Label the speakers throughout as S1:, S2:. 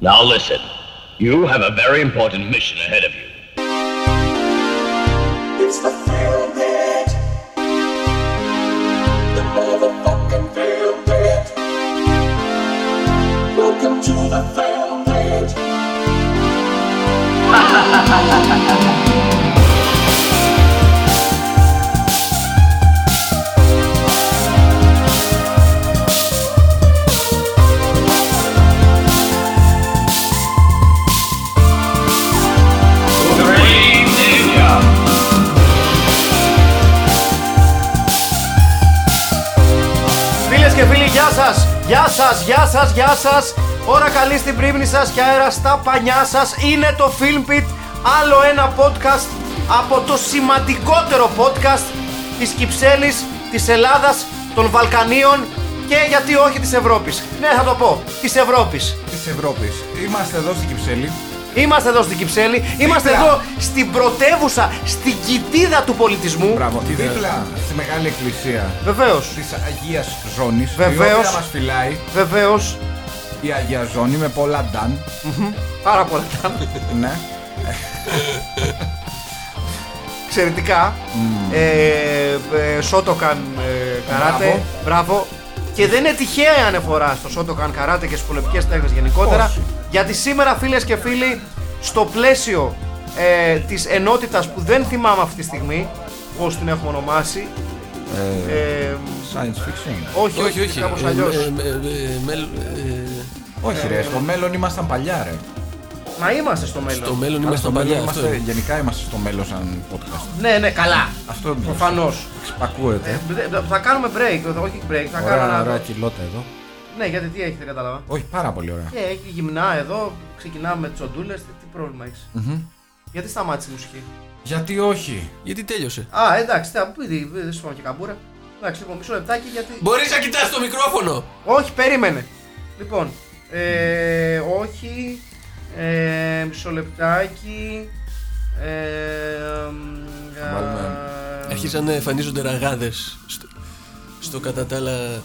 S1: Now listen, you have a very important mission ahead of you.
S2: It's the Feel Bit. The motherfucking Feel Bit. Welcome to the Feel Bit.
S3: Φίλε και φίλοι, γεια σας! Γεια σας, γεια σας, γεια σα! Ώρα καλή στην πρίμνη σας και αέρα στα πανιά σας. Είναι το Film Pit, άλλο ένα podcast από το σημαντικότερο podcast της Κυψέλης, της Ελλάδας, των Βαλκανίων και γιατί όχι της Ευρώπης. Ναι, θα το πω, της Ευρώπης.
S4: της Ευρώπης. Είμαστε εδώ στην Κυψέλη.
S3: Είμαστε εδώ στην Κυψέλη, είμαστε εδώ στην πρωτεύουσα, στην κοιτίδα του πολιτισμού.
S4: Μπράβο. Δίπλα στη μεγάλη εκκλησία
S3: Βεβαίως,
S4: της Αγίας Ζώνης.
S3: Βεβαίως.
S4: Η οποία μας φυλάει
S3: βεβαίως.
S4: η Αγία Ζώνη με πολλά νταν.
S3: Πάρα πολλά τα
S4: ναι.
S3: εξαιρετικά.
S4: Mm.
S3: Ε, ε, Σότοκαν ε, καράτε. Μπράβο.
S4: Μπράβο.
S3: Και δεν είναι τυχαία η αναφορά στο Σότοκαν καράτε και στις πολεμικέ τέχνες γενικότερα.
S4: Όχι.
S3: Γιατί σήμερα, φίλες και φίλοι, στο πλαίσιο ε, της ενότητας που δεν θυμάμαι αυτή τη στιγμή πώς την έχουμε ονομάσει. ε,
S4: Science fiction.
S3: όχι,
S5: Όχι, όχι.
S3: Κάπως
S5: Ε,
S3: αλλιώς.
S5: ε, ε, ε, μέλ- ε,
S4: Όχι, ρε, στο μέλλον ήμασταν παλιά, ρε.
S3: Μα είμαστε στο μέλλον.
S5: Το μέλλον είμαστε
S4: Στο
S5: στον παλιά.
S4: μέλλον
S5: Αυτό
S4: είμαστε,
S5: είναι.
S4: γενικά είμαστε στο μέλλον σαν podcast.
S3: Ναι, ναι, καλά.
S4: Αυτό είναι.
S3: Προφανώς.
S4: Ξυπακούεται.
S3: θα κάνουμε break, θα- όχι break, θα κάνω
S4: Ωραία,
S3: ένα.
S4: ωραία κιλότα εδώ.
S3: Ναι, γιατί τι έχετε κατάλαβα.
S4: Όχι, πάρα πολύ ωραία.
S3: Ε, έχει γυμνά εδώ, ξεκινάμε με τσοντούλες. Τι, τι πρόβλημα έχεις. Γιατί σταμάτησε η μουσική.
S4: Γιατί όχι.
S5: Γιατί τέλειωσε.
S3: Α, εντάξει, θα πει, δεν- δεν σου είπαμε και καμπούρα. Εντάξει, λοιπόν, μισό λεπτάκι γιατί.
S5: Μπορείς να κοιτάς το μικρόφωνο.
S3: Όχι, περίμενε. Λοιπόν, ε, όχι. Ε, μισό λεπτάκι. Ε,
S4: Θα βάλουμε-
S3: ε,
S5: Αρχίσαν να εμφανίζονται ραγάδες στο, στο κατά τα άλλα.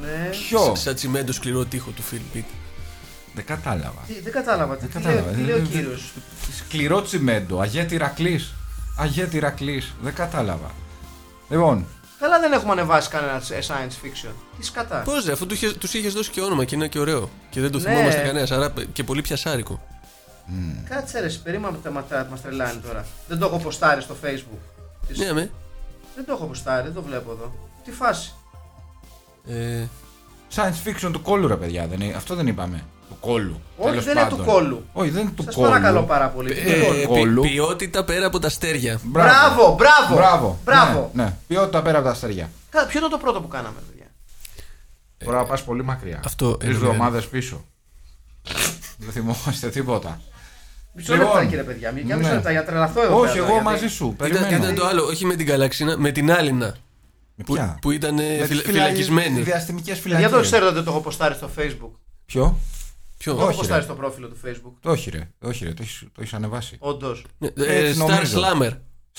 S3: Ναι.
S4: Ποιο.
S5: σ- Σαν τσιμέντο σκληρό τοίχο του Φιλμπίτ.
S4: Δεν κατάλαβα.
S3: Τι- δεν κατάλαβα. Τι,
S4: Δεν
S3: τι
S4: κατάλαβα. ε,
S3: λέει- τι λέει ο
S4: Δεν- δεν-
S3: κύριος.
S4: Σκληρό τσιμέντο. Αγέτη Ρακλής. Αγέτη Ρακλής. Δεν κατάλαβα. Λοιπόν,
S3: Καλά, δεν έχουμε ανεβάσει κανένα ε, science fiction. Τι σκατά.
S5: Πώς ρε, αφού του είχες δώσει και όνομα και είναι και ωραίο. Και δεν το
S3: Ναι.
S5: θυμόμαστε κανένας. Άρα και πολύ πιασάρικο.
S3: Κάτσε ρε, περίμενα τα ματά μας τρελάνει τώρα. Δεν το έχω ποστάρει στο facebook. Τις-
S5: Ναι, με.
S3: Δεν το έχω ποστάρει, δεν το βλέπω εδώ. Τι φάση.
S5: Ε,
S4: Science fiction του κόλλου, ρε παιδιά. Δεν είναι, αυτό δεν είπαμε. Του κόλλου.
S3: Όχι,
S4: Τέλος
S3: δεν είναι
S4: πάντων.
S3: του κόλλου.
S4: Όχι, δεν είναι του
S3: Σας
S4: κόλλου.
S3: παρακαλώ πάρα πολύ.
S5: ε,
S3: Λοιπόν,
S5: ποι-
S4: κόλλου.
S5: ποιότητα πέρα από τα αστέρια.
S3: Μπράβο, μπράβο.
S4: Μπράβο.
S3: μπράβο.
S4: Ναι, ναι. Ποιότητα πέρα από τα αστέρια.
S3: Κα- Ποιο ήταν το πρώτο που κάναμε, παιδιά.
S4: Τώρα πας πολύ μακριά.
S5: αυτό
S4: Τρεις
S5: έλεγα.
S4: εβδομάδες πίσω. δεν θυμόμαστε τίποτα.
S3: Ε, Μισό
S4: Λοιπόν,
S3: λεπτά, κύριε παιδιά. Μια μισό
S4: ναι.
S3: λεπτά για τρελαθώ εγώ.
S4: Όχι,
S3: τώρα,
S4: εγώ
S3: γιατί-
S4: μαζί σου.
S5: Ήταν,
S4: Περιμένω.
S5: ήταν το άλλο, όχι με την Καλαξίνα, με την Άλυνα.
S4: Με
S5: Που,
S4: ποια?
S5: που ήταν ε,
S4: Με τις
S5: φυλα-
S4: φυλακι-
S5: φυλακισμένη.
S4: Διαστημικές
S3: Για
S4: φυλακές.
S3: το ξέρω ότι δεν το έχω ποστάρει στο facebook.
S4: Ποιο?
S5: Ποιο?
S3: Το έχω
S4: Όχι,
S3: ποστάρει
S4: ρε.
S3: στο πρόφιλο του facebook.
S4: Το όχι, ρε. Το όχι, ρε. Το έχεις- το έχεις ανεβάσει.
S3: Όντως.
S5: Ναι, ε,
S4: Έτσι
S5: Star
S4: νομίζω.
S5: Slammer.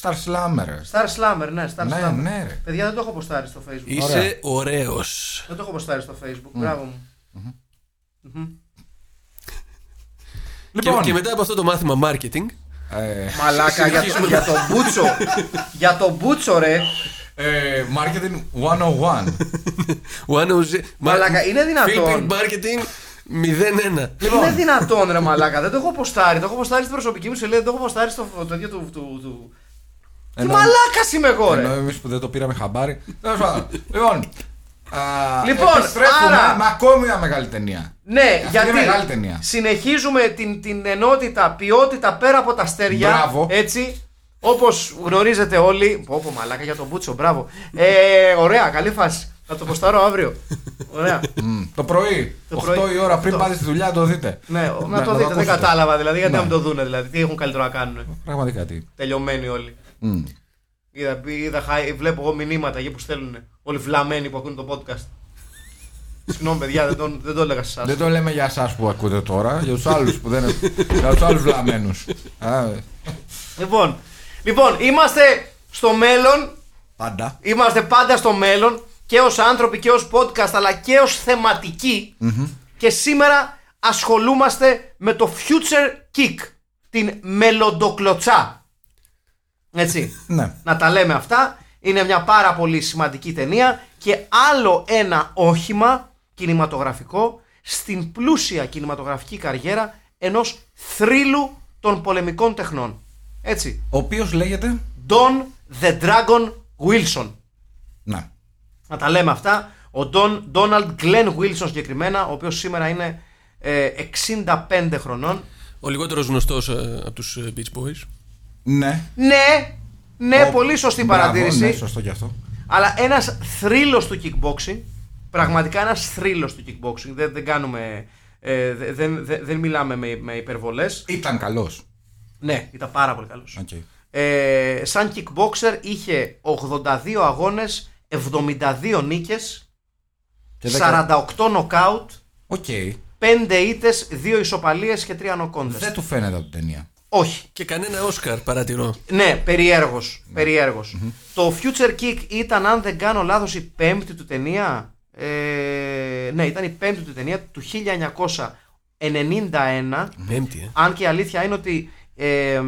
S4: Star Slammer. ρε.
S3: Star Slammer, ναι, Star
S4: Ναι,
S3: Slammer.
S4: ναι, Ε. ρε.
S3: Παιδιά δεν το έχω ποστάρει στο facebook.
S5: Είσαι ωραίος.
S3: Δεν το έχω ποστάρει στο facebook.
S4: Ναι.
S3: Μπράβο μου.
S4: Λοιπόν,
S5: Και, και μετά από αυτό το μάθημα marketing.
S4: ε,
S3: Μαλάκα για, το- για τον Μπούτσο. για τον Μπούτσο, ρε.
S4: ε, Marketing 101.
S5: One of the...
S3: Μαλάκα, είναι δυνατόν.
S5: Philippine Marketing 01.
S4: Λοιπόν.
S3: Είναι δυνατόν ρε μαλάκα, δεν το έχω ποστάρει. Το έχω ποστάρει στην προσωπική μου σελίδα, δεν το έχω ποστάρει στο το ίδιο του. του, του... Τι
S4: Ενώ-
S3: μαλάκα είμαι εγώ,
S4: Ενώ
S3: ρε!
S4: εμείς που δεν το πήραμε χαμπάρι. Τέλος πάντων. λοιπόν. α,
S3: Λοιπόν,
S4: επιστρέφουμε
S3: άρα-
S4: με ακόμη μια μεγάλη ταινία.
S3: Ναι,
S4: είναι
S3: γιατί
S4: μεγάλη ταινία.
S3: συνεχίζουμε την, την ενότητα, ποιότητα πέρα από τα αστέρια.
S4: Μπράβο.
S3: Έτσι. Όπως γνωρίζετε όλοι. Πω, πω, μαλάκα για τον Μπούτσο, μπράβο. Ε, ωραία, καλή φάση. Θα το ποστάρω αύριο. Ωραία.
S4: Μμ, Το πρωί,
S3: Το
S4: 8
S3: πρωί.
S4: η ώρα πριν
S3: Το-
S4: πάτε στη δουλειά, το δείτε.
S3: ναι, να το δείτε, δεν
S4: ακούσετε.
S3: κατάλαβα δηλαδή. Γιατί
S4: Ναι.
S3: να μην το δούνε, δηλαδή. Τι έχουν καλύτερο να κάνουν.
S4: Πραγματικά τι.
S3: Τελειωμένοι όλοι.
S4: Μμ.
S3: Είδα, είδα, χα- βλέπω εγώ μηνύματα εκεί που στέλνουν όλοι βλαμμένοι που ακούνε το podcast. Συγγνώμη, παιδιά, δεν το, δεν το έλεγα σε εσάς.
S4: Δεν το λέμε για εσάς που ακούτε τώρα, για τους άλλους που δεν. για τους άλλους βλαμμένους.
S3: λοιπόν, λοιπόν, είμαστε στο μέλλον.
S4: Πάντα.
S3: Είμαστε πάντα στο μέλλον και ως άνθρωποι και ως podcast αλλά και ως θεματικοί. Και σήμερα ασχολούμαστε με το future kick, την μελλοντοκλωτσά. Έτσι.
S4: Ναι.
S3: Να τα λέμε αυτά. Είναι μια πάρα πολύ σημαντική ταινία και άλλο ένα όχημα κινηματογραφικό στην πλούσια κινηματογραφική καριέρα ενός θρύλου των πολεμικών τεχνών. Έτσι.
S4: Ο οποίος λέγεται.
S3: Don the Dragon Wilson.
S4: Ναι.
S3: Να τα λέμε αυτά. Ο Don, Donald Glenn Wilson συγκεκριμένα, ο οποίος σήμερα είναι ε, 65 χρονών.
S5: Ο λιγότερος γνωστός από τους Beach Boys.
S4: Ναι.
S3: Ναι, ναι,
S4: Ο-
S3: πολύ σωστή
S4: Μπράβο,
S3: παρατήρηση.
S4: Ναι, σωστό κι αυτό.
S3: Αλλά ένας θρύο του kickboxing. Πραγματικά ένας θρύο του kickboxing. Δεν, δεν κάνουμε. ε, δε- δεν, δεν, δεν μιλάμε με, με υπερβολές.
S4: Ήταν καλός.
S3: Ναι, ήταν πάρα πολύ καλός.
S4: Okay.
S3: Ε, σαν kickboxer είχε 82 αγώνε, 72 νίκε, 48 νοκάουτ,
S4: Οκ.
S3: 5 ήττε, 2 ισοπαλίες και 3 νοκόντε.
S4: Δεν του φαίνεται από την ταινία.
S3: Όχι.
S5: Και κανένα Όσκαρ παρατηρώ.
S3: Ναι, περιέργως, περιέργος. Το Future Kick ήταν, αν δεν κάνω λάθος, η πέμπτη του ταινία. Ε, ναι, ήταν η πέμπτη του ταινία του 1991.
S5: Πέμπτη, ε.
S3: Αν και η αλήθεια είναι ότι ε,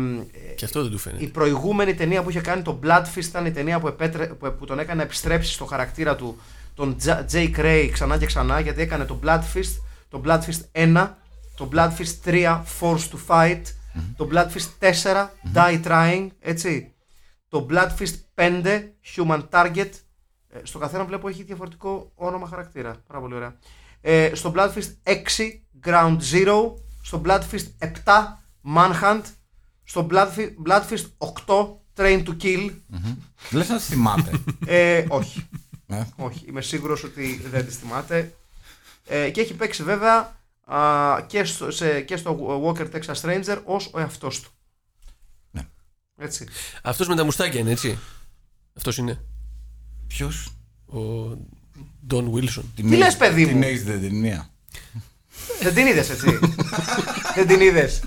S5: Και αυτό δεν του
S3: η
S5: φαίνεται.
S3: προηγούμενη ταινία που είχε κάνει το Bloodfist ήταν η ταινία που, επέτρε, που, που τον έκανε να επιστρέψει στο χαρακτήρα του τον Τζα- Jay Cray ξανά και ξανά γιατί έκανε το Bloodfist, το Bloodfist 1, το Bloodfist 3 Force to Fight, το Bloodfist 4 Die Trying, έτσι, το Bloodfist 5 Human Target, ε, στο καθένα βλέπω έχει διαφορετικό όνομα χαρακτήρα, πάρα πολύ ωραία. Ε, στο Bloodfist 6 Ground Zero, στο Bloodfist 7 Manhunt, στο Bloodfi- Bloodfist 8 Train to Kill.
S4: Λες να τη θυμάται.
S3: Ε, όχι,
S4: Ε,
S3: όχι. Είμαι σίγουρος ότι δεν τη θυμάται. Ε, και έχει παίξει βέβαια α, και, στο, σε, και στο Walker Texas Ranger ως ο εαυτός του.
S4: Ναι.
S3: Έτσι.
S5: Αυτός με τα μουστάκια είναι, έτσι. Αυτός είναι.
S4: Ποιος.
S5: Ο Ντόν Βίλσον.
S4: Τι
S3: λες, παιδί μου?
S4: Την έχει την ταινία.
S3: δεν την είδες έτσι. δεν την είδες.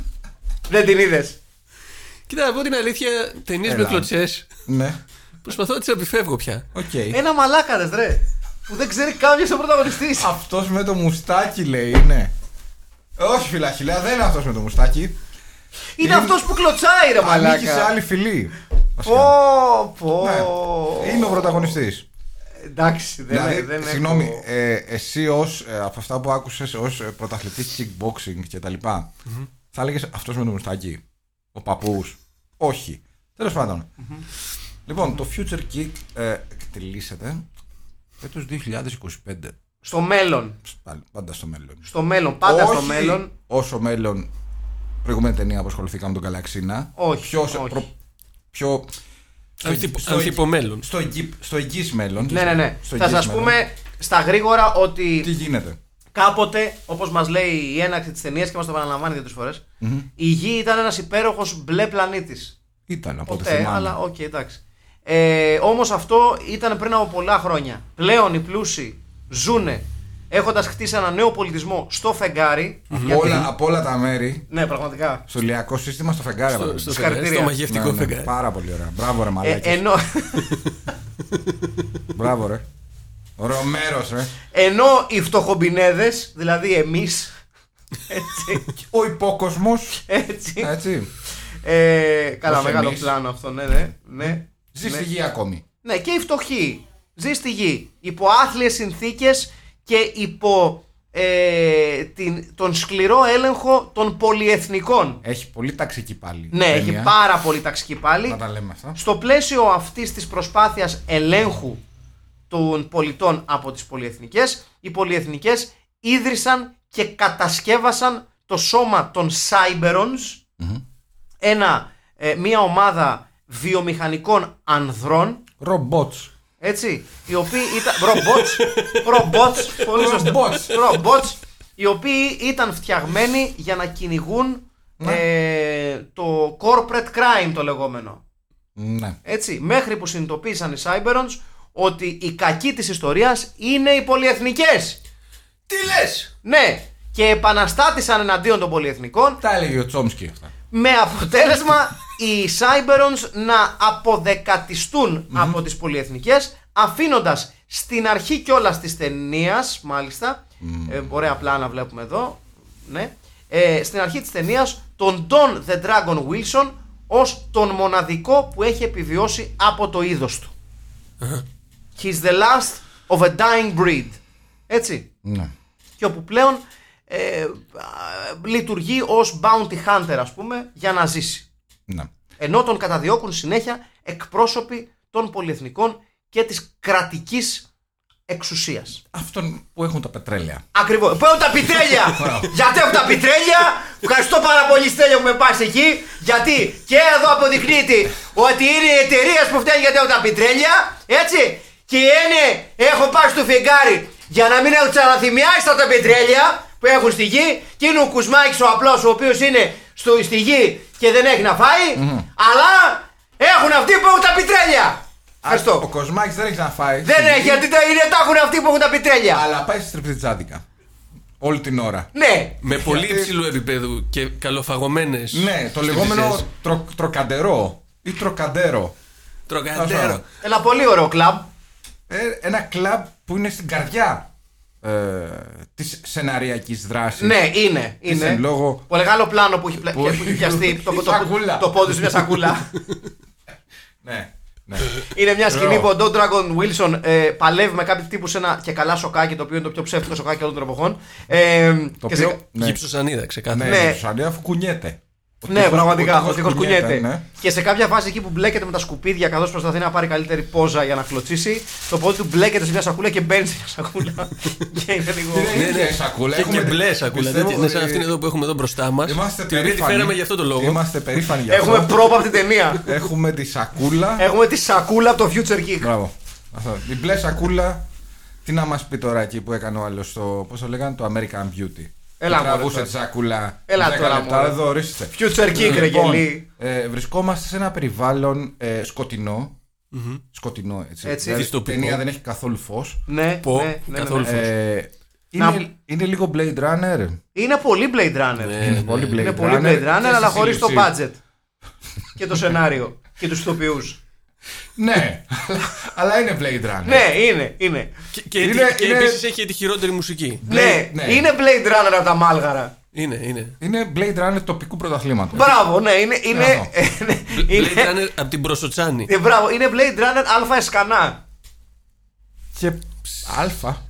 S3: Δεν την είδες.
S5: Κοίτα, να πω την αλήθεια, ταινίες με
S4: Έλα.
S5: κλωτσέ.
S4: Ναι.
S5: Προσπαθώ να τις αποφεύγω πια.
S4: Οκ. Ε,
S3: Ένα μαλάκαρες ρε. Που δεν ξέρει κάποιος ο πρωταγωνιστής.
S4: Αυτός με το μουστάκι λέει είναι. Όχι φιλαχιλέα, δεν είναι αυτός με το μουστάκι.
S3: Είναι αυτός που κλωτσάει ρε
S4: Ανήκει ε, σε
S3: μαλάκα.
S4: άλλη φυλή. Βασικά.
S3: Πω, πω.
S4: Ναι. Είναι ο πρωταγωνιστής.
S3: Εντάξει, δεν,
S4: Δηλαδή,
S3: δεν έχω-
S4: συγγνώμη, ε, εσύ ως από αυτά που ε, άκουσες ως πρωταθλητής kickboxing και τα λοιπα θα έλεγες αυτός με το μουστάκι. Ο παππούς. Όχι. Τέλος Λοιπόν, το Future Kick ε, εκτελήσεται έτος 2025.
S3: Στο μέλλον.
S4: Πάλι, Πάντα στο μέλλον.
S3: Στο μέλλον, πάντα
S4: Όχι
S3: στο μέλλον.
S4: Όσο μέλλον. Προηγούμενη ταινία που ασχοληθήκαμε με τον Καλαξίνα.
S3: Όχι,
S4: Ποιος-
S3: όχι.
S4: προ- πιο- στο-
S5: Ανθυπο-
S4: στο-
S5: Ανθυπομέλλον.
S4: Στο, εγγύ- στο εγγύς μέλλον.
S3: Ναι, ναι, ναι.
S4: Στο
S3: Θα
S4: εγγύς
S3: σας
S4: μέλλον.
S3: πούμε στα γρήγορα ότι
S4: Τι γίνεται.
S3: κάποτε, όπως μας λέει η έναρξη της ταινίας και μας το επαναλαμβάνει δύο-τρει φορές, η Γη ήταν ένας υπέροχος μπλε πλανήτης.
S4: Ήταν από ό,τι
S3: Ποτέ,
S4: θυμάμαι.
S3: ε, αλλά οκ, εντάξει. Ε, Όμως αυτό ήταν πριν από πολλά χρόνια. Πλέον οι πλούσιοι ζούνε έχοντας χτίσει ένα νέο πολιτισμό στο φεγγάρι. γιατί-
S4: Όλα, από όλα τα μέρη.
S3: Ναι, πραγματικά.
S4: Στο ηλιακό σύστημα, στο φεγγάρι.
S5: Στο,
S4: βέβαια.
S5: στο,
S4: Ναι,
S5: φεγγάρι,
S3: Συγχαρητήρια.
S5: στο μαγευτικό
S4: ναι,
S5: φεγγάρι.
S4: Πάρα πολύ ωραία. Μπράβο ρε
S3: Ε,
S4: μαλάκι.
S3: ενώ,
S4: Μπράβο ρε. Ρομέρος ρε.
S3: ενώ οι φτωχομπινέδες, δηλαδή εμείς. Έτσι.
S4: Ο υπόκοσμος.
S3: έτσι.
S4: Έτσι.
S3: Ε, καλά,
S4: Ως
S3: μεγάλο
S4: εμείς.
S3: πλάνο αυτό, ναι, ναι. ναι,
S4: Ζει
S3: ναι.
S4: στη γη ακόμη.
S3: Ναι, και οι φτωχοί. Ζει στη γη. Υπό άθλιες συνθήκες και υπό ε, την, τον σκληρό έλεγχο των πολυεθνικών.
S4: Έχει πολύ ταξική πάλι.
S3: Ναι,
S4: ταινία.
S3: έχει πάρα πολύ ταξική πάλι.
S4: Να τα λέμε αυτά.
S3: Στο πλαίσιο αυτής της προσπάθειας ελέγχου των πολιτών από τις πολυεθνικές, οι πολυεθνικές ίδρυσαν και κατασκεύασαν το σώμα των Cyberons, ένα, ε, μια ομάδα βιομηχανικών ανδρών,
S4: Ρομπότ.
S3: έτσι, οι οποίοι ήταν. Ρομπότς, ρομπότς, πολύ σωστά.
S4: Ρομπότς.
S3: Ρομπότς, οι οποίοι ήταν φτιαγμένοι για να κυνηγούν ε, το corporate crime το λεγόμενο.
S4: Ναι.
S3: Έτσι, μέχρι που συνειδητοποίησαν οι Cyberons ότι η κακή της ιστορίας είναι οι πολυεθνικές.
S5: Τι λες!
S3: Ναι, και επαναστάτησαν εναντίον των πολυεθνικών
S4: Τα έλεγε ο Τσόμσκι αυτά.
S3: με αποτέλεσμα οι Cyberons να αποδεκατιστούν από τις πολυεθνικές αφήνοντας στην αρχή κιόλας της ταινίας, μάλιστα, ε, ωραία πλάνα βλέπουμε εδώ, ναι, ε, στην αρχή της ταινίας τον Don the Dragon Wilson ως τον μοναδικό που έχει επιβιώσει από το είδος του. He's the last of a dying breed. Έτσι.
S4: Ναι.
S3: Και όπου πλέον ε, α, λειτουργεί ως bounty hunter ας πούμε για να ζήσει
S4: ναι.
S3: ενώ τον καταδιώκουν συνέχεια εκπρόσωποι των πολυεθνικών και της κρατικής εξουσίας.
S4: Αυτόν που έχουν τα πετρέλαια.
S3: Ακριβώς. Παίρνω τα πιτρέλια! γιατί έχω τα πιτρέλια! Ευχαριστώ πάρα πολύ Στέλιο που με πας εκεί. Γιατί και εδώ αποδεικνύεται ότι είναι οι εταιρείες που φταίνουν γιατί έχω τα πιτρέλια. Έτσι. Και είναι έχω πάει στο φεγγάρι για να μην έχω τι αναθυμιάσει τα πιτρέλια που έχουν στη γη. Και είναι ο Κουσμάκης ο απλός ο οποίος είναι στο, στη γη και δεν έχει να φαει Αλλά έχουν αυτοί που έχουν τα πιτρέλια. Ευχαριστώ.
S4: Ο Κοσμάκης δεν έχει να φάει.
S3: Δεν έχει, γιατί τα, είναι, τα έχουν αυτοί που έχουν τα πιτρέλια.
S4: Αλλά πάει στη τριπτιτζάδικα. Όλη την ώρα.
S3: Ναι,
S5: Με πολύ
S4: Γιατί-
S5: υψηλού επίπεδου και καλοφαγωμένες.
S4: Ναι, το λεγόμενο τρο, τροκαντερό ή τροκαντέρο.
S5: Τροκαντέρο.
S4: Αυτό.
S3: Ένα πολύ ωραίο κλαμπ.
S4: Ε, ένα κλαμπ που είναι στην καρδιά ε, της σεναριακής δράσης.
S3: Ναι, είναι. είναι.
S4: εν λόγω-
S3: Το μεγάλο πλάνο που έχει, πλα...
S4: Που-
S3: που έχει πιαστεί το, το,
S4: Σακούλα.
S3: το πόδι σε μια σακούλα.
S4: ναι. ναι.
S5: Ε,
S3: είναι μια σκηνή
S4: Ωραίο.
S3: που ο Don Dragon Wilson ε, παλεύει με κάποιου τύπου σε ένα και καλά σοκάκι, το οποίο είναι το πιο ψεύτικο σοκάκι όλων των εποχών. Ε,
S4: το
S3: και σε-
S4: οποίο. Ναι,
S5: Γύψωσανίδα, ξεκάθαρα.
S4: ναι,
S3: Ναι.
S4: ο Σανέα αφού κουνιέται. Ο
S3: Ναι,
S4: τείχος-
S3: πραγματικά. Ο
S4: τείχος
S3: τείχο κουνιέται.
S4: ναι.
S3: Και σε κάποια φάση εκεί που μπλέκεται με τα σκουπίδια, καθώς προσπαθεί να πάρει καλύτερη πόζα για να κλωτσίσει, το πόδι του μπλέκεται σε μια σακούλα και μπαίνει σε μια σακούλα. και είναι λίγο.
S4: Είναι και σακούλα.
S5: Ναι, Και, και
S4: έχουμε-
S5: μπλε σακούλα.
S4: πιστεύω
S5: τέτοια. Είναι ναι, σαν
S4: ότι
S5: αυτήν εδώ που έχουμε εδώ μπροστά μας.
S4: Είμαστε
S5: Την οποία τη
S4: περήφανοι.
S5: φέραμε για αυτό το λόγο.
S4: Είμαστε περήφανοι για
S3: Έχουμε
S4: αυτό.
S3: πρόπα από την ταινία.
S4: Έχουμε τη σακούλα.
S3: Έχουμε τη σακούλα από το Future Geek.
S4: Μπράβο. Αυτό. Η μπλε σακούλα. Τι να μας πει τώρα εκεί που έκανε ο άλλος το. Πώς το λέγανε, το American Beauty.
S3: Έλα,
S4: Που
S3: μωρέ,
S4: Τραβούσε
S3: τώρα.
S4: τη σακούλα.
S3: Έλα,
S4: 10
S3: τώρα,
S4: λεπτά,
S3: μωρέ.
S4: εδώ ορίστε.
S3: Future Geek, ρε γελί.
S4: ε, βρισκόμαστε σε ένα περιβάλλον ε, σκοτεινό. Σκοτεινό, έτσι. Δηλαδή,
S3: Έτσι.
S4: η
S5: Δυστοπικό.
S4: ταινία δεν έχει καθόλου φως.
S3: Ναι,
S5: Πω,
S3: ναι, ναι, ναι,
S5: καθόλου.
S3: ναι.
S4: Ε, είναι,
S3: Να-
S4: είναι λίγο Blade Runner.
S3: Είναι πολύ Blade Runner.
S5: Ναι, Ε,
S4: είναι πολύ Blade
S3: Είναι
S4: Runner.
S3: πολύ Blade Runner,
S4: και
S3: αλλά
S4: στη
S3: χωρίς το
S4: σύλληψη.
S3: budget. και το σενάριο. και τους ηθοποιού.
S4: Ναι, αλλά είναι Blade Runner.
S3: ναι, είναι, είναι.
S5: Και, και,
S4: Είναι-
S5: και
S4: είναι-
S5: επίσης έχει τη χειρότερη μουσική.
S3: Ναι,
S4: ναι.
S3: είναι Blade Runner από τα μάλγαρα.
S5: Είναι, είναι.
S4: Είναι Blade Runner τοπικού πρωταθλήματος.
S3: Μπράβο, ναι, είναι. είναι, ναι,
S5: Blade
S3: είναι
S5: Runner από την Προσοτσάνη.
S3: ε, μπράβο, είναι Blade Runner αλφα εσκανά.
S4: Και αλφα.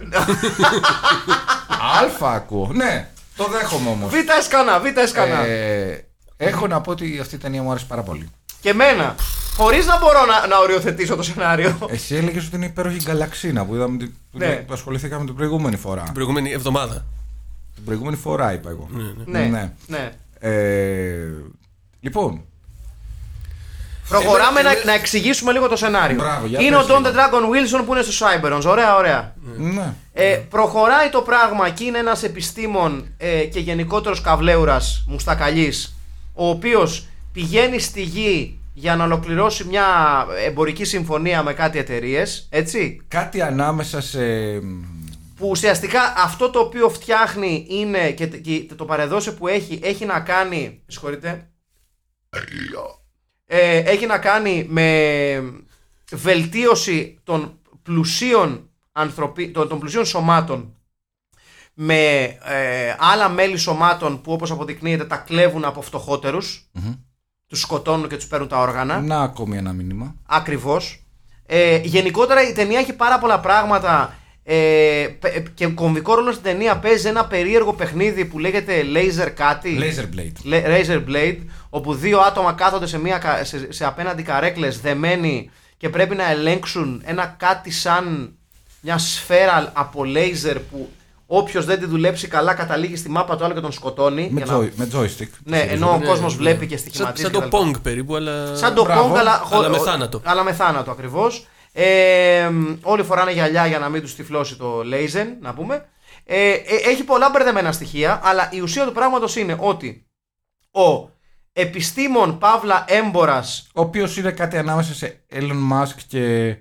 S4: αλφα ακούω. Ναι, το δέχομαι όμως.
S3: Β εσκανά, β εσκανά.
S4: Ε. έχω να πω ότι αυτή η ταινία μου άρεσε πάρα πολύ.
S3: Και εμένα. Χωρίς να μπορώ να, να οριοθετήσω το σενάριο.
S4: Εσύ έλεγες ότι είναι υπέροχη γκαλαξίνα που, είδαμε, την- που
S3: Ναι.
S4: που ασχοληθήκαμε την προηγούμενη φορά.
S5: Την προηγούμενη εβδομάδα.
S4: Την προηγούμενη φορά είπα εγώ.
S3: ναι, ναι.
S4: Ε, λοιπόν,
S3: Προχωράμε
S5: Εμένα-
S3: να, να εξηγήσουμε λίγο το σενάριο.
S4: Μπράβο, για
S3: είναι ο
S4: πες
S3: Don
S4: λίγο.
S3: the Dragon Wilson που είναι στο Cyberons. Ωραία, ωραία.
S4: ναι.
S3: Ε, προχωράει το πράγμα και είναι ένας επιστήμον ε, και γενικότερος καβλέουρας μουστακαλής ο οποίος πηγαίνει στη γη για να ολοκληρώσει μια εμπορική συμφωνία με κάτι εταιρείες, έτσι
S4: Κάτι ανάμεσα σε.
S3: που ουσιαστικά αυτό το οποίο φτιάχνει είναι και, και το παρεδόση που έχει έχει να κάνει με συγχωρείτε ε, έχει να κάνει με βελτίωση των πλουσίων, ανθρωπι... των, των πλουσίων σωμάτων με ε, άλλα μέλη σωμάτων που όπως αποδεικνύεται τα κλέβουν από φτωχότερους, τους σκοτώνουν και τους παίρνουν τα όργανα
S4: Να ακόμη ένα μήνυμα.
S3: Ακριβώς. Ε, γενικότερα η ταινία έχει πάρα πολλά πράγματα ε, πε- και κομβικό ρόλο στην ταινία παίζει ένα περίεργο παιχνίδι που λέγεται Laser κάτι.
S4: Laser Blade.
S3: Le- Razor Blade, όπου δύο άτομα κάθονται σε, μια, κα- σε, σε απέναντι καρέκλες δεμένοι και πρέπει να ελέγξουν ένα κάτι σαν μια σφαίρα από λέιζερ που όποιος δεν τη δουλέψει καλά καταλήγει στη μάπα του άλλου και τον σκοτώνει.
S4: Με,
S3: για να-
S4: joy, με joystick.
S3: Ναι, ενώ ο
S5: Ναι,
S3: κόσμος
S5: ναι.
S3: βλέπει και
S5: Σαν,
S3: στοιχηματίζει.
S5: σαν
S3: κτλ.
S5: το Pong περίπου, αλλά.
S3: Σαν το
S4: Μπράβο,
S3: Pong, αλλά, χω-
S5: αλλά με θάνατο.
S3: Αλλά με θάνατο ακριβώς. Ε, μ, όλοι φοράνε γυαλιά για να μην τους τυφλώσει το Λέιζεν, να πούμε. Ε, ε, έχει πολλά μπερδεμένα στοιχεία, αλλά η ουσία του πράγματος είναι ότι ο επιστήμον Παύλα έμπορας
S4: Ο οποίος είναι κάτι ανάμεσα σε Elon Musk και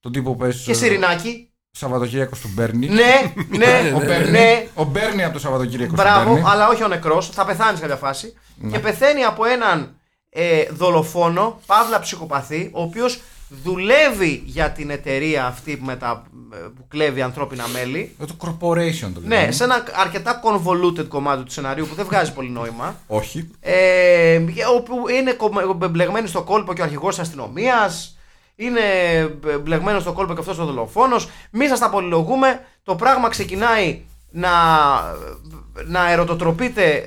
S4: τον τύπο που παίζει.
S3: και
S4: στο
S3: Σιρινάκη.
S4: Σαββατοκύριακος του Μπέρνι.
S3: Ναι, ναι,
S4: Ο Μπέρνι,
S3: ναι.
S4: ε, ο Μπέρνι από το Σαββατοκύριακο του
S3: Μπράβο,
S4: Μπέρνι.
S3: αλλά όχι ο νεκρός. Θα πεθάνεις σε κάποια φάση. Και πεθαίνει από έναν ε, δολοφόνο, παύλα ψυχοπαθή, ο οποίος δουλεύει για την εταιρεία αυτή που με τα ε, που κλέβει ανθρώπινα μέλη.
S4: Ε, Το corporation το
S3: Ναι,
S4: λέγαμε.
S3: σε ένα αρκετά convoluted κομμάτι του σενάριου που δεν βγάζει πολύ νόημα.
S4: Όχι.
S3: Ε, όπου είναι κομ- μπλεγμένοι στο κόλπο και ο αρχηγός αστυνομίας. Είναι μπλεγμένος στο κόλπο και αυτός ο δολοφόνος. Μη σας τα πολυλογούμε. Το πράγμα ξεκινάει να, να ερωτοτροπείται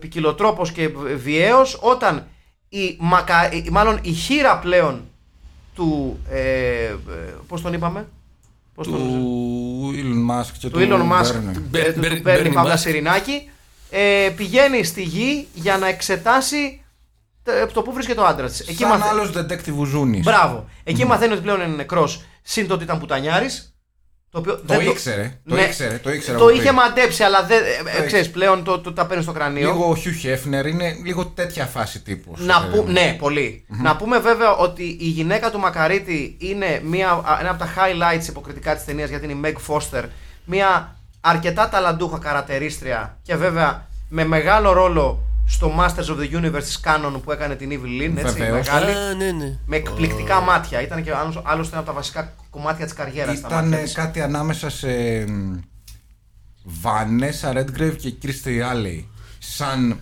S3: ποικιλοτρόπο και βιαίω όταν η, μακα, η- μάλλον η χείρα πλέον του. Ε, Πώς τον είπαμε, Πώς
S4: Του Elon Musk και
S3: του
S4: του,
S3: Elon Musk
S4: Bernie.
S5: Μπε-
S3: ε, του-
S5: Μπέρ-
S3: του παίρνει
S5: Bernie
S3: παύλα
S5: Musk.
S3: σιρινάκι ε, πηγαίνει στη γη για να εξετάσει τε- το που βρίσκεται ο άντρας τη. Εκεί,
S4: Σαν
S3: μαθα-
S4: άλλος detective Βουζούνης.
S3: Μπράβο. Εκεί μαθαίνει ότι πλέον είναι νεκρός συν το ότι ήταν πουτανιάρης. Το, οποίο
S4: Το
S3: δεν
S4: ήξερε. Το
S3: Ναι.
S4: ήξερε. Το ήξερε.
S3: Το
S4: από
S3: είχε
S4: πριν.
S3: μαντέψει, αλλά δεν. ε, ε,
S4: Το
S3: ξέρεις, πλέον το, το- τα παίρνει στο κρανίο.
S4: Λίγο ο Hugh Hefner είναι λίγο τέτοια φάση Ε, τύπου.
S3: Να που, ναι, πολύ. Να πούμε βέβαια ότι η γυναίκα του Μακαρίτη είναι μία, α, ένα από τα highlights υποκριτικά της ταινίας γιατί είναι η Meg Foster. Μία αρκετά ταλαντούχα καρατερίστρια και βέβαια με μεγάλο ρόλο στο Masters of the Universe της Canon που έκανε την Evil Lynn. Έτσι,
S4: Βεβαίως. Ε.
S3: μεγάλη,
S5: Α, ναι, ναι.
S3: με εκπληκτικά μάτια. Ήταν και άλλος- άλλωστε ένα από τα βασικά κομμάτια της καριέρας. τα
S4: Ήταν
S3: μάτια
S4: ε,
S3: της.
S4: κάτι ανάμεσα σε μ, Vanessa Redgrave και Kirstie Alley. Σαν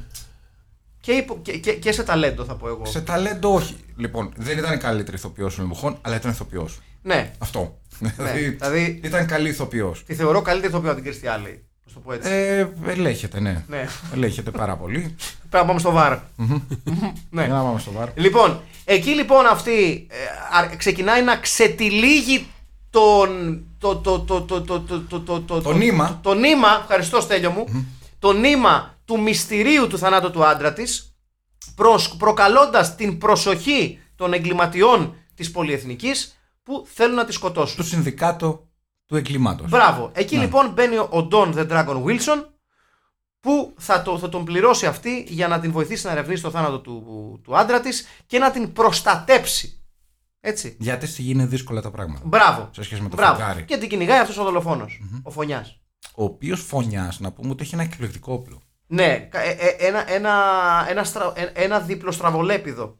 S3: Και, υπο- και, και, και σε ταλέντο θα πω εγώ.
S4: σε ταλέντο όχι. Λοιπόν, δεν ήταν η καλύτερη ηθοποιός των εποχών, αλλά ήταν ηθοποιός.
S3: Ναι,
S4: Αυτό.
S3: δηλαδή-
S4: Ήταν καλή ηθοποιός.
S3: τη θεωρώ καλύτερη ηθοποιό από την Kirstie Alley. Να το πω έτσι.
S4: Ε, ελέγχεται, ναι.
S3: Ναι.
S4: Ελέγχεται πάρα πολύ.
S3: Πρέπει να πάμε στο βαρ. ναι.
S4: Για να πάμε στο βάρ.
S3: Λοιπόν, εκεί λοιπόν αυτή ε, α- ξεκινάει να ξετυλίγει τον. Το, το, το, το, το, το, το, το, το, το-
S4: νήμα.
S3: Το, το νήμα, ευχαριστώ Στέλιο μου. το νήμα του μυστηρίου του θανάτου του άντρα της, προκαλώντας την προσοχή των εγκληματιών της πολυεθνικής που θέλουν να τη σκοτώσουν.
S4: Στο συνδικάτο του εγκλήματος.
S3: Μπράβο. Εκεί
S4: Ναι.
S3: λοιπόν μπαίνει ο Don the Dragon Wilson που θα, το, θα τον πληρώσει αυτή για να την βοηθήσει να ερευνήσει το θάνατο του, του άντρα της και να την προστατέψει. Έτσι.
S4: Γιατί στη γη είναι δύσκολα τα πράγματα.
S3: Μπράβο.
S4: Σε σχέση με το
S3: Μπράβο.
S4: φεγγάρι.
S3: Και την κυνηγάει αυτός ο δολοφονος Ο φωνιάς.
S4: Ο οποίος φωνιάς, να πούμε ότι έχει ένα εκπληκτικό όπλο.
S3: Ναι, κα- ε- ε- ένα, ένα, ένα, στρα- ε- ένα δίπλο στραβολέπιδο.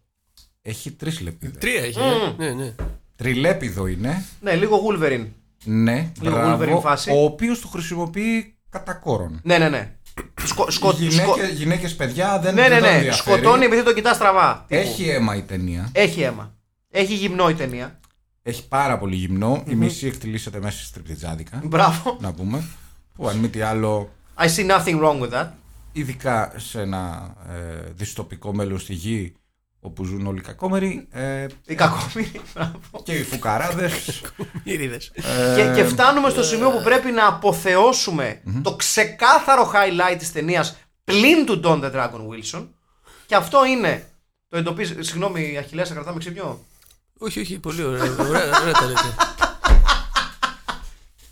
S4: Έχει τρει λεπίδε.
S5: Τρία έχει. ε. Ναι, ναι.
S4: Τριλέπιδο είναι.
S3: Ναι, λίγο Wolverine.
S4: Ναι,
S3: Λίγο Wolverine
S4: μπράβο.
S3: φάση.
S4: Ο οποίος το χρησιμοποιεί κατά κόρον.
S3: Ναι, ναι, ναι. Σκο, σκο, σκο-
S4: Γυναίκες, γυναίκες, παιδιά δεν
S3: ναι, ναι,
S4: δεν τα
S3: ναι.
S4: ενδιαφέρει.
S3: Σκοτώνει επειδή τον κοιτάς στραβά. τύπου.
S4: Έχει αίμα η ταινία.
S3: Έχει αίμα. Έχει γυμνό η ταινία.
S4: Έχει πάρα πολύ γυμνό. Η μισή εκτελήσεται μέσα στη στριπτιτζάδικα.
S3: Μπράβο.
S4: Να πούμε. Που αν μη τι άλλο,
S3: I see nothing wrong with that.
S4: ειδικά σε ένα ε, δυστοπικό μέλλον στη γη όπου ζουν όλοι οι κακόμεροι ε,
S3: Η κακομοίρη, μπράβο.
S4: και οι φουκαράδες
S5: Μυρίδες.
S4: Ε.
S3: Και, και φτάνουμε στο σημείο που πρέπει να αποθεώσουμε το ξεκάθαρο highlight της ταινίας πλην του Don the Dragon Wilson. Και αυτό είναι. Το εντοπίζει. Συγγνώμη, Αχιλέα, σε κρατάμε ξυπνιό.
S5: Όχι, όχι, πολύ ωραία. Ωραία, ωραία τα λέτε.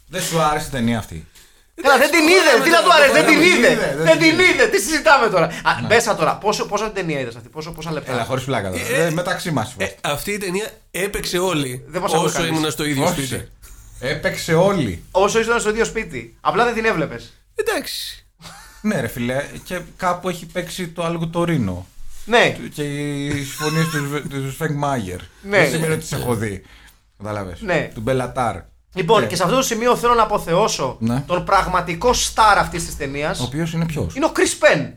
S4: Δεν σου άρεσε η ταινία αυτή.
S3: Καλά, δεν την είδε! Τι να του αρέσει, δεν την είδε!
S4: είδε, δεν
S3: Δεν την
S4: την
S3: είδε! Τι συζητάμε τώρα! Α, Μπέσα τώρα, πόσο, πόσα ταινία είδες αυτή, πόσο, πόσα
S4: Ναι. Έλα,
S3: λεπτά.
S4: χωρί φλάκα τώρα.
S5: Ε,
S4: Ε, μεταξύ μας.
S5: Ε, Αυτή η ταινία έπαιξε όλοι.
S3: Δεν μας ακούει
S5: όσο
S3: κανείς.
S5: ήμουν στο ίδιο σπίτι.
S4: Όχι. Έπαιξε όλοι.
S3: Όσο ήσουν στο ίδιο σπίτι, απλά δεν την έβλεπες.
S5: Εντάξει.
S4: Ναι, ρε φιλέ, και κάπου έχει παίξει το Αλγουτορίνο
S3: Ναι,
S4: και οι συμφωνίε του, Σβε- του Σφέγγ Μάγερ.
S3: Ναι.
S4: Δεν σημαίνει ότι τι έχω δει. Κατάλαβε.
S3: Ναι.
S4: Του Μπελατάρ.
S3: λοιπόν,
S4: Ναι.
S3: και σε αυτό το σημείο θέλω να αποθεώσω
S4: Ναι.
S3: τον πραγματικό στάρ αυτής της ταινίας.
S4: Ο οποίος είναι ποιος.
S3: Είναι ο Chris Penn.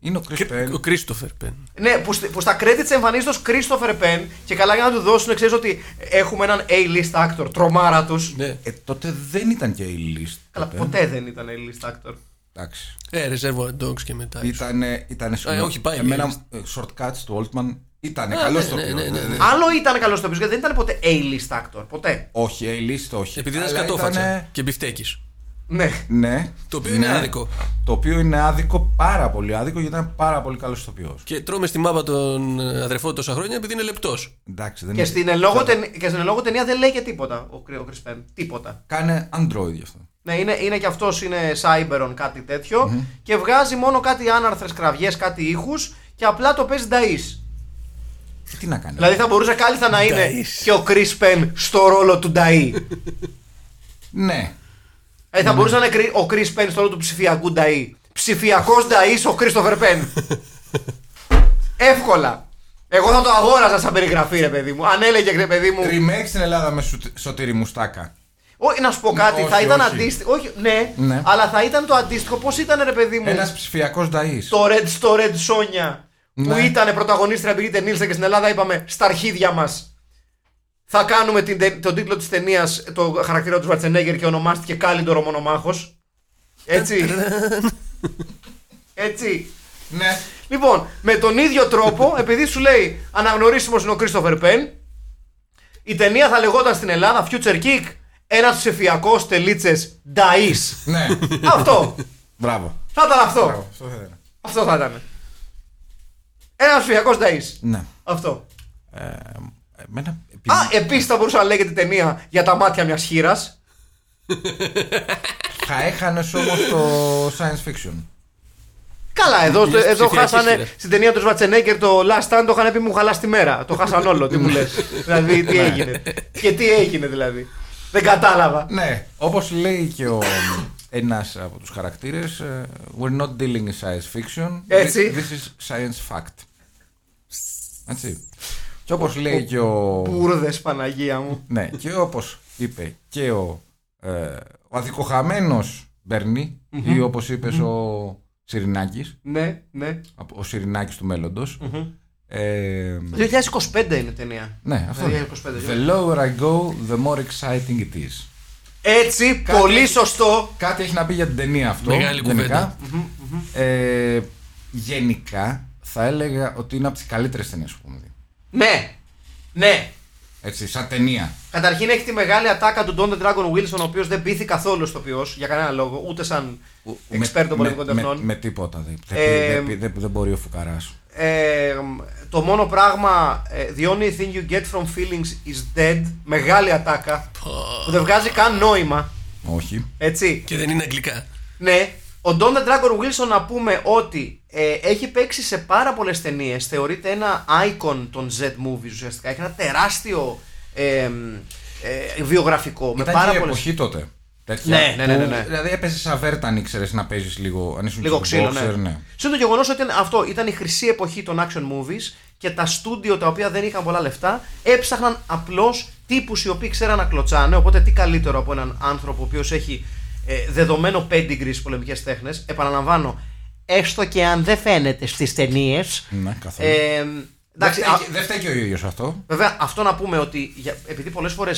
S4: Είναι ο Κρι
S5: Ο Κρίστοφερ Πεν.
S3: Ναι, που, στη- που στα credits εμφανίζεται ως Christopher Penn και καλά για να του δώσουν, ξέρεις ότι έχουμε έναν A-list actor, τρομάρα τους.
S5: Ναι.
S4: Ε, τότε δεν ήταν και η list.
S3: Καλά,
S4: τότε.
S3: ποτέ δεν ήταν A-list actor.
S4: Εντάξει.
S5: Ε, Reservoir Dogs και μετά.
S4: Ήτανε, ήτανε συγγνώμη,
S5: όχι, πάει η
S4: Εμένα ε, shortcuts του Oldman ήταν
S5: Α,
S4: καλό
S5: ναι,
S4: το
S5: ναι, ναι, ναι, ναι.
S3: Άλλο ήταν καλό στο γιατί δεν ήταν ποτέ A-list actor. Ποτέ.
S4: Όχι, ε, η list όχι.
S5: Επειδή ήταν
S4: Αλλά
S5: σκατόφατσα
S4: ήτανε-
S5: και μπιφτέκης.
S3: Ναι.
S4: Ναι.
S5: Το οποίο είναι άδικο.
S4: Το οποίο είναι άδικο, πάρα πολύ άδικο, γιατί ήταν πάρα πολύ καλός ηθοποιό.
S5: Και τρώμε στη μάπα τον ε, αδερφό του τόσα χρόνια επειδή είναι λεπτός.
S4: Εντάξει, δεν
S5: Ναι.
S3: Και
S4: είναι-
S3: στην, εν λόγω ταινία, και στην εν λόγω ταινία δεν λέει και τίποτα ο, Κρι- ο Chris Penn. Τίποτα.
S4: Κάνε Android γι' αυτό.
S3: Ναι, είναι, είναι και αυτός είναι Cyberon κάτι τέτοιο και βγάζει μόνο κάτι άναρθρες κραυγές, κάτι ήχους και απλά το παίζει Νταΐς.
S4: Και Ε, τι να κάνει.
S3: Δηλαδή θα μπορούσε κάλλιστα να είναι
S5: Νταΐς.
S3: και ο Chris Penn στο ρόλο του Νταΐ.
S4: Ναι.
S3: Ε, θα μπορούσε να είναι κρι- ο Chris Penn στο ρόλο του ψηφιακού Νταΐ. Ψηφιακός Νταΐς ο Christopher Penn. Εύκολα. Εγώ θα το αγόραζα σαν περιγραφή, ρε παιδί μου. Αν έλεγε, ρε παιδί μου.
S4: Remake στην Ελλάδα με σου- σωτήρι μουστάκα.
S3: Ό, να σου πω κάτι,
S4: όχι,
S3: θα ήταν
S4: όχι.
S3: αντίστοιχο. Όχι, ναι,
S4: Ναι.
S3: αλλά θα ήταν το αντίστοιχο. Πώς ήταν, ρε παιδί μου,
S4: Ένας ψηφιακός νταή.
S3: Ναι. το Red, στο Red Sonja που
S4: Ναι.
S3: ήταν πρωταγωνίστρια Μπριγκίτε Νίλσεν και στην Ελλάδα είπαμε στα αρχίδια μας. Θα κάνουμε την, τε- τον τίτλο της ταινίας, το χαρακτήρα του Σβαρτσενέγκερ και ονομάστηκε Κάλιντορο Μονομάχος. Έτσι. Έτσι.
S4: Ναι.
S3: Λοιπόν, με τον ίδιο τρόπο, επειδή σου λέει αναγνωρίσιμος είναι ο Κρίστοφερ Πεν, η ταινία θα λεγόταν στην Ελλάδα Future Kick. Ένας ψηφιακός τελίτσες νταή.
S4: Ναι.
S3: αυτό.
S4: Μπράβο.
S3: Θα ήταν αυτό.
S4: Μπράβο, αυτό θα ήταν.
S3: Αυτό θα ήταν. Ένας ψηφιακός νταή.
S4: Ναι. Ε,
S3: Αυτό.
S4: Εμένα. επειδή-
S3: Α, ε- επίσης θα μπορούσε να λέγεται ταινία για τα μάτια μιας χείρας.
S4: Θα έχανε όμως το science fiction.
S3: Καλά, εδώ,
S5: Μιλάς
S3: εδώ
S5: ψηφιακής
S3: χάσανε
S5: χείρας.
S3: στην ταινία του Σβατσενέγκερ το Last Stand. Το είχαν πει μου χαλάς τη μέρα. Το χάσαν όλο. Τι μου λες. δηλαδή, τι έγινε. και τι έγινε, δηλαδή. Δεν κατάλαβα.
S4: Ναι. Όπως λέει και ο. Ένας από τους χαρακτήρες. We're not dealing in science fiction.
S3: Έτσι.
S4: This is science fact. Έτσι. Και όπως λέει και ο.
S3: Μπούρδε, Παναγία μου.
S4: Ναι, και όπως είπε και ο, ε, ο αδικοχαμένος Μπέρνι, ή όπως είπες ο Σιρινάκης,
S3: ναι, ναι.
S4: από- ο Σιρινάκης του μελλοντος ε,
S3: Το 2025 είναι η ταινία.
S4: ναι, αυτό. είναι.
S3: 2025,
S4: The lower I go, the more exciting it is.
S3: Έτσι,
S4: Κάτι-
S3: πολύ σωστό.
S4: Κάτι έχει να πει για την ταινία αυτό.
S5: Μεγάλη
S4: γενικά. Ε, γενικά, θα έλεγα ότι είναι από τις καλύτερες ταινίες που έχουμε δει.
S3: Ναι, ναι.
S4: Έτσι, σαν ταινία.
S3: Καταρχήν έχει τη μεγάλη ατάκα του Don the Dragon Wilson, ο οποίος δεν πείθη καθόλου στο ποιός για κανένα λόγο, ούτε σαν expert των
S4: με,
S3: πολιτικών
S4: με, με,
S3: τεχνών.
S4: με τίποτα. Δεν, δεν-
S3: Ε,
S4: δεν- δεν- δεν μπορεί ο φουκαράς.
S3: Ε, το μόνο πράγμα, ε, the only thing you get from feelings is dead, μεγάλη ατάκα, που δεν βγάζει καν νόημα.
S4: Όχι.
S3: Έτσι.
S5: Και δεν είναι αγγλικά.
S3: Ναι, ο Don the Dragon Wilson να πούμε ότι ε, έχει παίξει σε πάρα πολλές ταινίες. Θεωρείται ένα icon των Z-movies ουσιαστικά. Έχει ένα τεράστιο ε, ε, βιογραφικό με
S4: Ήταν
S3: πάρα
S4: και η
S3: πολλές.
S4: εποχή τότε. Τέτοια,
S3: Ναι, ναι, ναι, ναι,
S4: που-
S3: ναι.
S4: Δηλαδή έπαιζες σαν βέρταν, ήξερε να παίζεις λίγο. Αν ήσουν
S3: Λίγο
S4: kickboxer,
S3: ξύλο, ναι. Σύν το γεγονός ότι ήταν- αυτό ήταν η χρυσή εποχή των action movies και τα στούντιο τα οποία δεν είχαν πολλά λεφτά έψαχναν απλώς τύπους οι οποίοι ξέραν να κλωτσάνε. Οπότε τι καλύτερο από έναν άνθρωπο ο οποίος έχει ε, δεδομένο pedigree στις πολεμικές τέχνες. Επαναλαμβάνω, έστω και αν δεν φαίνεται στις ταινίες.
S4: Ναι, καθόλου.
S3: Ε,
S4: δεν,
S3: εντάξει,
S4: φταίει,
S3: α-
S4: και- δεν φταίει και ο ίδιος αυτό.
S3: Βέβαια, αυτό να πούμε ότι για- επειδή πολλές φορές.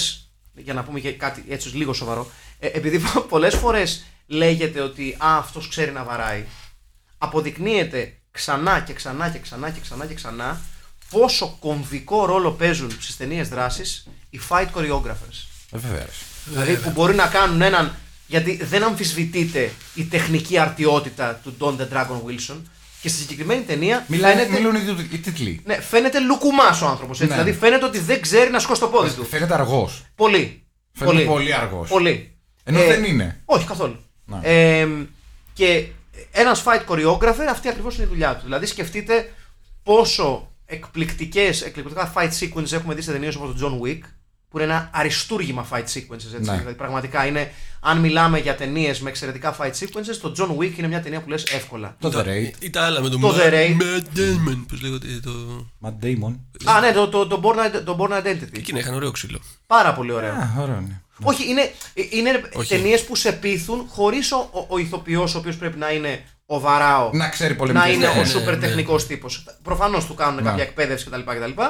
S3: Για να πούμε και κάτι έτσι λίγο σοβαρό. ε, επειδή πολλές φορές λέγεται ότι Α, αυτός ξέρει να βαράει. Αποδεικνύεται ξανά και ξανά και ξανά και ξανά και ξανά πόσο κομβικό ρόλο παίζουν στις ταινίες δράσης οι fight choreographers.
S4: Ε, Βεβαίως.
S3: Δηλαδή που μπορεί να κάνουν έναν. Γιατί δεν αμφισβητείται η τεχνική αρτιότητα του Don the Dragon Wilson και στη συγκεκριμένη ταινία. φαίνεται-
S4: Μιλούν οι, δου- οι τίτλοι.
S3: ναι, φαίνεται λουκουμάς ο άνθρωπος.
S4: Ναι.
S3: Δηλαδή φαίνεται ότι δεν ξέρει να σκώσει το πόδι του.
S4: Φαίνεται αργός.
S3: Πολύ.
S4: Φαίνεται πολύ αργός.
S3: Πολύ. Ε,
S4: Ενώ δεν είναι.
S3: Όχι καθόλου.
S4: Ναι.
S3: Ε, και ένας fight choreographer, αυτή ακριβώς είναι η δουλειά του. Δηλαδή σκεφτείτε πόσο εκπληκτικές, εκπληκτικά fight sequences έχουμε δει σε ταινίες όπως το John Wick, που είναι ένα αριστούργημα fight sequences. Έτσι.
S4: Ναι.
S3: Δηλαδή πραγματικά είναι, αν μιλάμε για ταινίες με εξαιρετικά fight sequences, το John Wick είναι μια ταινία που λες εύκολα.
S4: Το The Raid.
S5: Ή τα άλλα με τον
S3: Το The Raid.
S5: Damon, πώς λέγεται. Το...
S4: Matt Damon.
S3: Α, ναι, το, το, το, Born, το Born Identity.
S5: Εκείνα είχαν ωραίο ξύλο.
S3: Πάρα πολύ ωραίο.
S4: Α, ωραίο είναι.
S3: Όχι, είναι, είναι
S5: Όχι.
S3: ταινίες που σε πείθουν χωρίς ο, ο, ο ηθοποιός, ο οποίος πρέπει να είναι ο βαράο,
S4: Να ξέρει
S3: να
S4: πολεμικές Ναι,
S3: είναι ο
S4: τέχνες.
S3: σούπερ τεχνικό τύπος. Προφανώς του κάνουν κάποια εκπαίδευση κτλ, κτλ.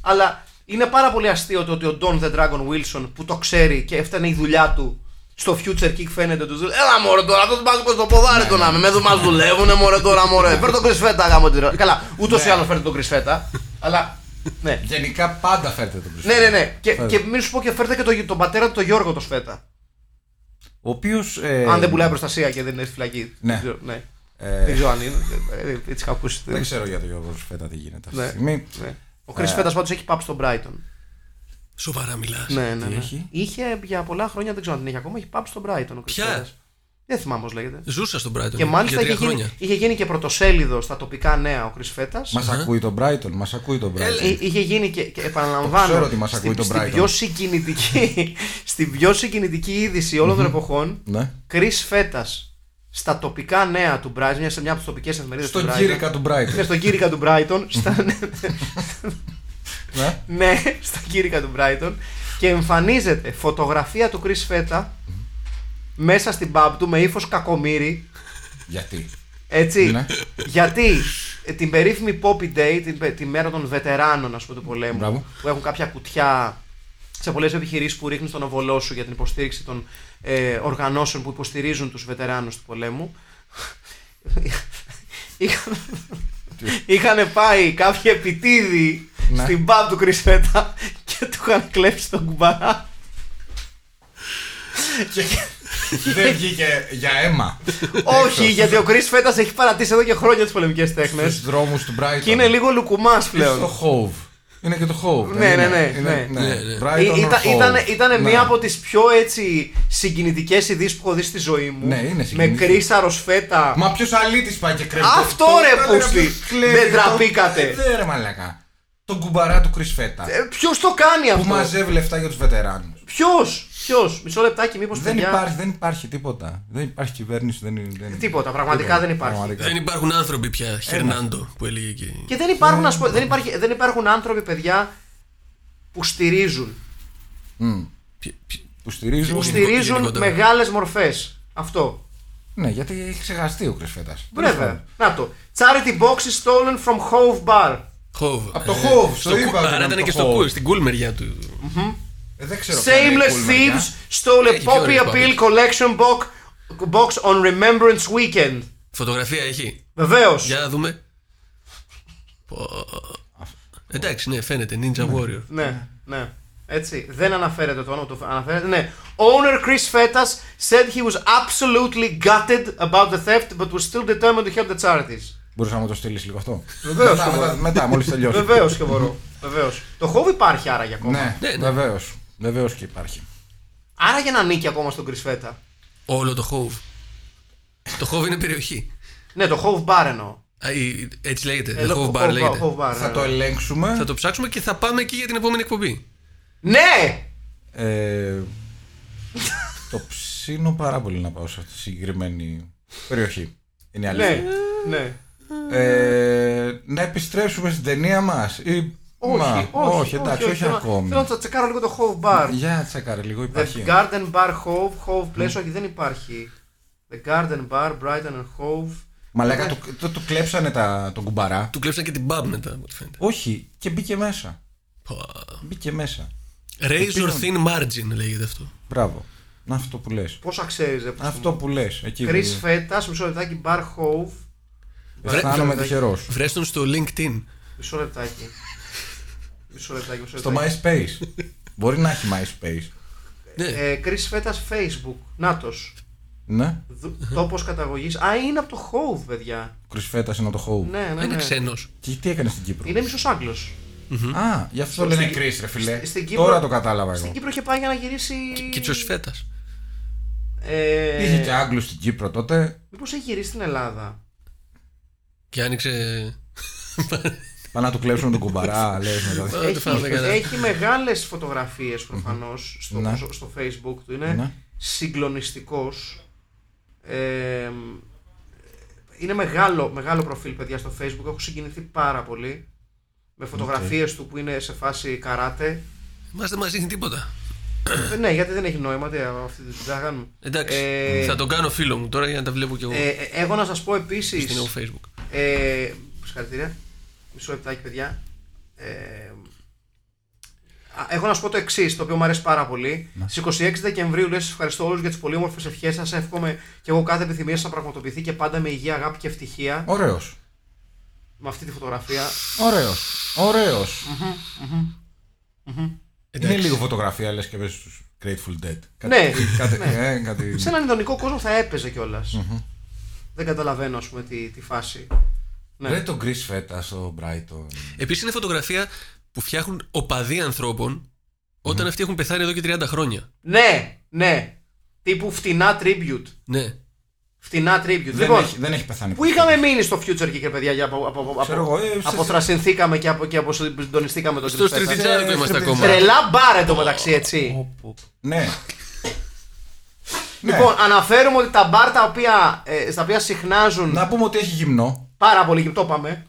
S3: Αλλά είναι πάρα πολύ αστείο το ότι ο Don the Dragon Wilson που το ξέρει και αυτή είναι η δουλειά του στο Future Kick φαίνεται του. Έλα μωρέ τώρα, αυτό μπάζω στο
S4: Ναι,
S3: ποδάρι το να με. Εδώ μας δουλεύουνε μωρέ τώρα μωρέ. Φέρ τον κρυσφέτα γάμο τη ρε. Καλά, ούτως
S4: Ναι.
S3: ή άλλως φέρτε τον κρυσφέτα. Αλλά ναι.
S4: Γενικά πάντα φέρτε τον
S3: Ναι,
S4: Κρυστοφ.
S3: ναι, ναι. Και, και μην σου πω και φέρτε και τον, τον πατέρα του, τον Γιώργο, το Σφέτα.
S4: Ο οποίος.
S3: Αν δεν πουλάει προστασία και δεν είναι στη φυλακή.
S4: Ε, Ναι.
S3: Δεν ξέρω, ναι. Δεν ξέρω αν είναι. Ε, Έτσι είχα ακούσει.
S4: Δεν ξέρω για τον Γιώργο Φέτα τι γίνεται αυτή τη
S3: Ναι.
S4: στιγμή.
S3: Ναι. Ο Κρι Φέτα πάντως έχει πάψει στον Brighton.
S5: Σοβαρά μιλάς.
S3: Ναι, ναι. ναι.
S4: έχει?
S3: Είχε για πολλά χρόνια, δεν ξέρω αν την έχει ακόμα, έχει πάψει στον Brighton. ο Κρις
S5: Ποια?
S3: Φέτας. Δεν θυμάμαι πώς λέγεται.
S5: Ζούσα στον Brighton
S3: Και μάλιστα
S5: για
S3: είχε
S5: τρία χρόνια.
S3: γίνει, είχε γίνει και πρωτοσέλιδο στα τοπικά νέα ο Κρι Φέτα.
S4: Μα ακούει τον Brighton, μας ακούει τον Brighton.
S3: Είχε γίνει και, και επαναλαμβάνω.
S4: Το ξέρω ότι μας ακούει το
S3: στην
S4: Brighton.
S3: πιο συγκινητική, στην πιο συγκινητική είδηση όλων των εποχών,
S4: Ναι.
S3: Κρι Φέτας στα τοπικά νέα του Brighton, μια- σε μια από τις τοπικές εφημερίδες του
S4: Στον
S3: Brighton.
S4: γύρικα του
S3: Ναι,
S4: Brighton.
S3: στον κήρυκα του Brighton. Στα...
S4: Ναι.
S3: ναι, στα κήρυκα του Brighton. και εμφανίζεται φωτογραφία του Chris Φέτα μέσα στην pub του με ύφος κακομύρι.
S4: Γιατί.
S3: Έτσι.
S4: Ναι.
S3: Γιατί ε, την περίφημη Poppy Day, την, πε- τη μέρα των βετεράνων ας πούμε, του πολέμου,
S4: Μπράβο.
S3: που έχουν κάποια κουτιά σε πολλές επιχειρήσεις που ρίχνει στον οβολό σου για την υποστήριξη των ε, οργανώσεων που υποστηρίζουν τους βετεράνους του πολέμου. Είχαν, είχαν πάει κάποιοι επιτίδη
S4: Ναι.
S3: στην pub του Κρυσφέτα και του είχαν κλέψει τον κουμπαρά.
S4: Δεν βγήκε για αίμα.
S3: Όχι, γιατί ο Κρυς Φέτας έχει παρατήσει εδώ και χρόνια τις πολεμικές τέχνες.
S4: Στους δρόμους του Brighton.
S3: Και είναι λίγο λουκουμάς πλέον.
S4: Στο Hove. Είναι και το Hove.
S3: Ναι, ναι, ναι, ναι.
S4: Είναι,
S5: Ναι, ναι.
S4: Brighton
S3: Ή-
S4: or
S3: Ήταν,
S4: Hove.
S3: ήταν, ήτανε
S4: Ναι.
S3: μία από τις πιο έτσι συγκινητικές ειδήσεις που έχω δει στη ζωή μου.
S4: Ναι, είναι
S3: Με
S4: συγκινητική.
S3: κρίσαρο φέτα.
S4: Μα ποιος αλήτη πάει και κρέμει.
S3: Αυτό,
S4: Το-
S3: ρε,
S4: το- το-
S3: πούστη.
S4: το- κλέβει
S3: Δεν
S4: το-
S3: τραπήκατε.
S4: Ε, Δεν ρε μαλακά. Τον κουμπαρά του Κρυσφέτα.
S3: Ποιο Ε, το κάνει
S4: Που
S3: αυτό.
S4: μαζεύει λεφτά για τους βετεράνους.
S3: Ποιος, ποιος. Μισό λεπτάκι, μήπως
S4: Δεν
S3: παιδιά.
S4: υπάρχει, δεν υπάρχει τίποτα. Δεν υπάρχει κυβέρνηση. Δεν, δεν...
S3: Τίποτα, πραγματικά δεν υπάρχει.
S4: πραγματικά.
S5: Δεν υπάρχουν άνθρωποι πια. Χερνάντο που έλεγε εκεί.
S3: Και δεν
S4: Ναι.
S3: υπάρχουν, ας πω- δεν, υπάρχει, δεν υπάρχουν άνθρωποι, παιδιά, που στηρίζουν.
S5: Ποι- ποι-
S4: Που στηρίζουν.
S3: Που
S5: Γενικό-
S3: στηρίζουν
S5: γενικότερα.
S3: μεγάλες μορφές. Αυτό.
S4: Ναι, γιατί έχει ξεχαστεί ο Κρυσφέτα.
S3: Βέβαια. Να το. Charity box is stolen from Hove Bar.
S5: Χόβ. Από
S4: το Χόβ, στο είπα,
S5: Ε, Άρα
S4: ήταν
S5: ήταν
S4: το
S5: και στο
S4: Χόβ.
S5: κουλ, στην κουλ μεριά του.
S4: Ε, δεν ξέρω. ποια είναι η
S3: Shameless
S4: κουλ μεριά.
S3: Thieves stole a
S5: Έχει πιο
S3: Poppy
S5: ωραίες
S3: Appeal
S5: παπίτες.
S3: collection box, box on Remembrance Weekend.
S5: Φωτογραφία έχει.
S3: Βεβαίως.
S5: Για να δούμε. Πω. Εντάξει, ναι, φαίνεται. Ninja Warrior.
S3: Ναι, ναι. Έτσι. Δεν αναφέρεται το όνομα του. Αναφέρεται. Ναι. Owner Chris Fetas said he was absolutely gutted about the theft but was still determined to help the charities.
S4: Μπορούσα να μου το στείλεις λίγο αυτό.
S3: Βεβαίως,
S4: Μετά,
S3: βεβαίως.
S4: μετά, μετά μόλις τελειώσει.
S3: Βεβαίως και μπορώ. Βεβαίως. Το Hove υπάρχει άραγε ακόμα.
S4: Ναι,
S5: Ναι, ναι.
S4: βεβαίως. Βεβαίως και υπάρχει.
S3: Άρα για να νίκει ακόμα στον Chris Feta.
S5: Όλο το Χόβ. Το Χόβ είναι περιοχή.
S3: Ναι, το Hove Bar εννοώ.
S5: Α, η- Έτσι λέγεται.
S3: Ε,
S5: Το
S3: το
S5: Χόβ
S3: Hove
S5: Bar λέγεται.
S3: Hove Bar,
S4: Θα
S3: ναι.
S4: το ελέγξουμε.
S5: Θα το ψάξουμε και θα πάμε εκεί για την επόμενη εκπομπή.
S3: Ναι!
S4: Ε, το ψήνω πάρα πολύ να πάω σε αυτή τη συγκεκριμένη περιοχή. Είναι η
S3: Ναι,
S4: αλήθεια.
S3: ναι.
S4: Ε, να επιστρέψουμε στην ταινία μας. Ή...
S3: Όχι,
S4: Μα,
S3: όχι,
S4: εντάξει, όχι,
S3: Θέλω να-
S4: ακόμη.
S3: Θέλω να το τσεκάρω λίγο το Hove Bar.
S4: Για τσεκάρε λίγο,
S3: The
S4: υπάρχει.
S3: Garden Bar Hove, Hove Place, όχι δεν υπάρχει. The Garden Bar, Brighton and Hove.
S4: Μαλάκα, το, το, του κλέψανε τα, τον κουμπαρά.
S5: Του κλέψαν και την pub μετά, από ό,τι φαίνεται.
S4: Όχι, και μπήκε μέσα.
S5: Πω.
S4: Μπήκε μέσα.
S5: Razor
S4: Επίγον.
S5: Thin Margin λέγεται αυτό.
S4: Μπράβο. Να αυτό που λες.
S3: Πόσα ξέρεις, ρε
S4: Αυτό που λες. Εκεί
S3: Chris
S4: που
S3: Φέτα, μισό λεπτάκι, Bar Hove.
S4: Ε, αισθάνομαι
S3: βρε-
S4: τυχερός.
S5: Βρες τον στο LinkedIn.
S3: Μισό λεπτάκι. Μισό λεπτάκι, μισό
S4: Στο
S3: λεπτάκι.
S4: MySpace. Μπορεί να έχει MySpace.
S5: Ναι,
S3: Ε, Chris Φέτας Facebook, νάτος.
S4: Ναι.
S3: Δου- Τόπος καταγωγής. Α, είναι από το Hove, παιδιά.
S4: Κρυσφέτα είναι το Hove.
S3: Ναι, ναι,
S5: είναι
S3: ναι.
S5: ξένος.
S4: Και τι έκανε στην Κύπρο.
S3: Είναι μισός Άγγλος.
S4: Α, γι' αυτό λένε
S3: Στην-
S4: Chris, ρε φιλέ.
S3: στην Κύπρο-
S4: Τώρα το κατάλαβα
S3: Στην
S4: εγώ.
S3: Κύπρο είχε πάει για να γυρίσει...
S5: Και τσοσφέτα.
S3: Ε,
S4: Είχε και Άγγλους στην Κύπρο τότε.
S3: Μήπως έχει γυρίσει στην Ελλάδα.
S5: Και άνοιξε.
S4: Πάνε να του κλέψουν τον κουμπαρά, λες μετά.
S5: Μα, δεν το φάμε
S3: Έχει,
S5: καλά.
S3: έχει μεγάλες φωτογραφίες προφανώς στο,
S4: Ναι.
S3: στο- στο facebook του. Είναι
S4: Ναι.
S3: συγκλονιστικός. Ε, είναι μεγάλο, μεγάλο προφίλ παιδιά στο facebook. Έχω συγκινηθεί πάρα πολύ. Με φωτογραφίες του που είναι σε φάση καράτε.
S5: Μα δεν μα δείχνει τίποτα.
S3: Ε, ναι, γιατί δεν έχει νόημα. Τι, αυτή τη δουλειά κάνουμε.
S5: Εντάξει.
S3: Ε,
S5: Θα τον κάνω φίλο μου τώρα για να τα βλέπω κι εγώ
S3: Ε, ε, εγώ να σας πω
S5: στην εγώ
S3: επίσης...
S5: Facebook.
S3: Ε, συγχαρητήρια. Μισό λεπτάκι, παιδιά. Ε, α, έχω να σου πω το εξής, το οποίο μου αρέσει πάρα πολύ. Στι 26 Δεκεμβρίου λες: Ευχαριστώ όλους για τις πολύ όμορφε ευχές σας. Εύχομαι και εγώ κάθε επιθυμία σας να πραγματοποιηθεί και πάντα με υγεία, αγάπη και ευτυχία.
S4: Ωραίος.
S3: Με αυτή τη φωτογραφία.
S4: Ωραίος. Ωραίος. Είναι
S5: Εντάξει.
S4: λίγο φωτογραφία, λες και πες στους Grateful Dead. Κάτι-
S3: Ναι.
S4: κάτι- ε, κάτι-
S3: Σε έναν ειδονικό κόσμο θα έπαιζε κιόλας. Δεν καταλαβαίνω, ας πούμε, τη, τη φάση. Ναι. Λοιπόν,
S4: Ρε τον Chris Φέτα στο Brighton.
S5: Επίσης είναι φωτογραφία που φτιάχνουν οπαδοί ανθρώπων όταν αυτοί έχουν πεθάνει εδώ και 30 χρόνια.
S3: Ναι, ναι. Τύπου φτηνά tribute.
S5: Ναι.
S3: Φτηνά tribute.
S4: Δεν,
S3: λοιπόν,
S4: έχει, δεν έχει πεθάνει.
S3: Πού είχαμε μείνει στο Future Kicker, παιδιά, για απο, απο, απο,
S4: Ξέρω εγώ, ε, σε-
S3: αποθρασινθήκαμε και, απο, και αποσυντονιστήκαμε τον
S5: Στο
S3: Chris Fettas.
S5: Στριτιτζάρο
S4: Ε,
S5: το είμαστε
S4: Street
S5: ακόμα.
S3: Τρελά μπάρα εδώ μεταξύ, έτσι.
S4: Ναι. Ναι.
S3: Λοιπόν, αναφέρουμε ότι τα
S4: Ναι.
S3: μπαρ τα οποία, ε, στα οποία συχνάζουν
S4: Να πούμε ότι έχει γυμνό.
S3: πάρα πολύ, και το είπαμε,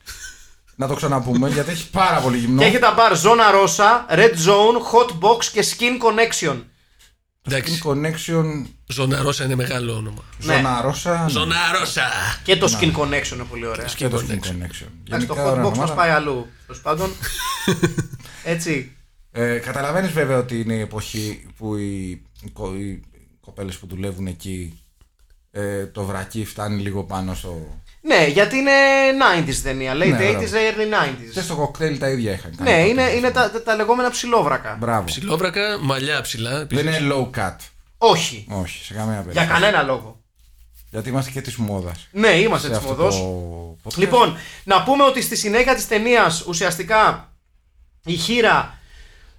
S4: Να το ξαναπούμε γιατί έχει πάρα πολύ γυμνό.
S3: Και έχει τα μπαρ Ζώνα Ρώσα, Red Zone, Hot Box και Skin Connection.
S5: Εντάξει.
S4: Connection
S5: Ζωναρόσα είναι μεγάλο όνομα.
S3: Ναι.
S4: Ζωνά Ρώσα. ναι.
S5: Ζωναρόσα!
S3: Και το Skin Connection είναι πολύ ωραίο.
S4: Και το Skin Connection.
S3: Εντάξει, το
S4: Γενικά ωραία
S3: Hot Box μα
S4: ονόματα.
S3: πάει αλλού. Τέλος πάντων. Έτσι.
S4: Ε, Καταλαβαίνεις βέβαια ότι είναι η εποχή που οι, οι, κο- οι κοπέλες που δουλεύουν εκεί ε, το βρακί φτάνει λίγο πάνω στο.
S3: Ναι, γιατί είναι 90s ταινία. Late
S4: Ναι,
S3: 80s,
S4: μπράβο.
S3: early 90s.
S4: Και στο κοκτέιλ τα ίδια είχαν κάνει.
S3: Ναι,
S4: τότε.
S3: είναι, είναι τα, τα λεγόμενα ψηλόβρακα.
S4: Μπράβο.
S5: Ψηλόβρακα, μαλλιά ψηλά.
S4: Δεν
S5: επίσης.
S4: είναι low cut.
S3: Όχι.
S4: Όχι, σε καμία περίπτωση.
S3: Για κανένα λόγο.
S4: Γιατί είμαστε και της μόδας.
S3: Ναι, είμαστε τη μοδό. Λοιπόν, να πούμε ότι στη συνέχεια της ταινίας ουσιαστικά η Χίρα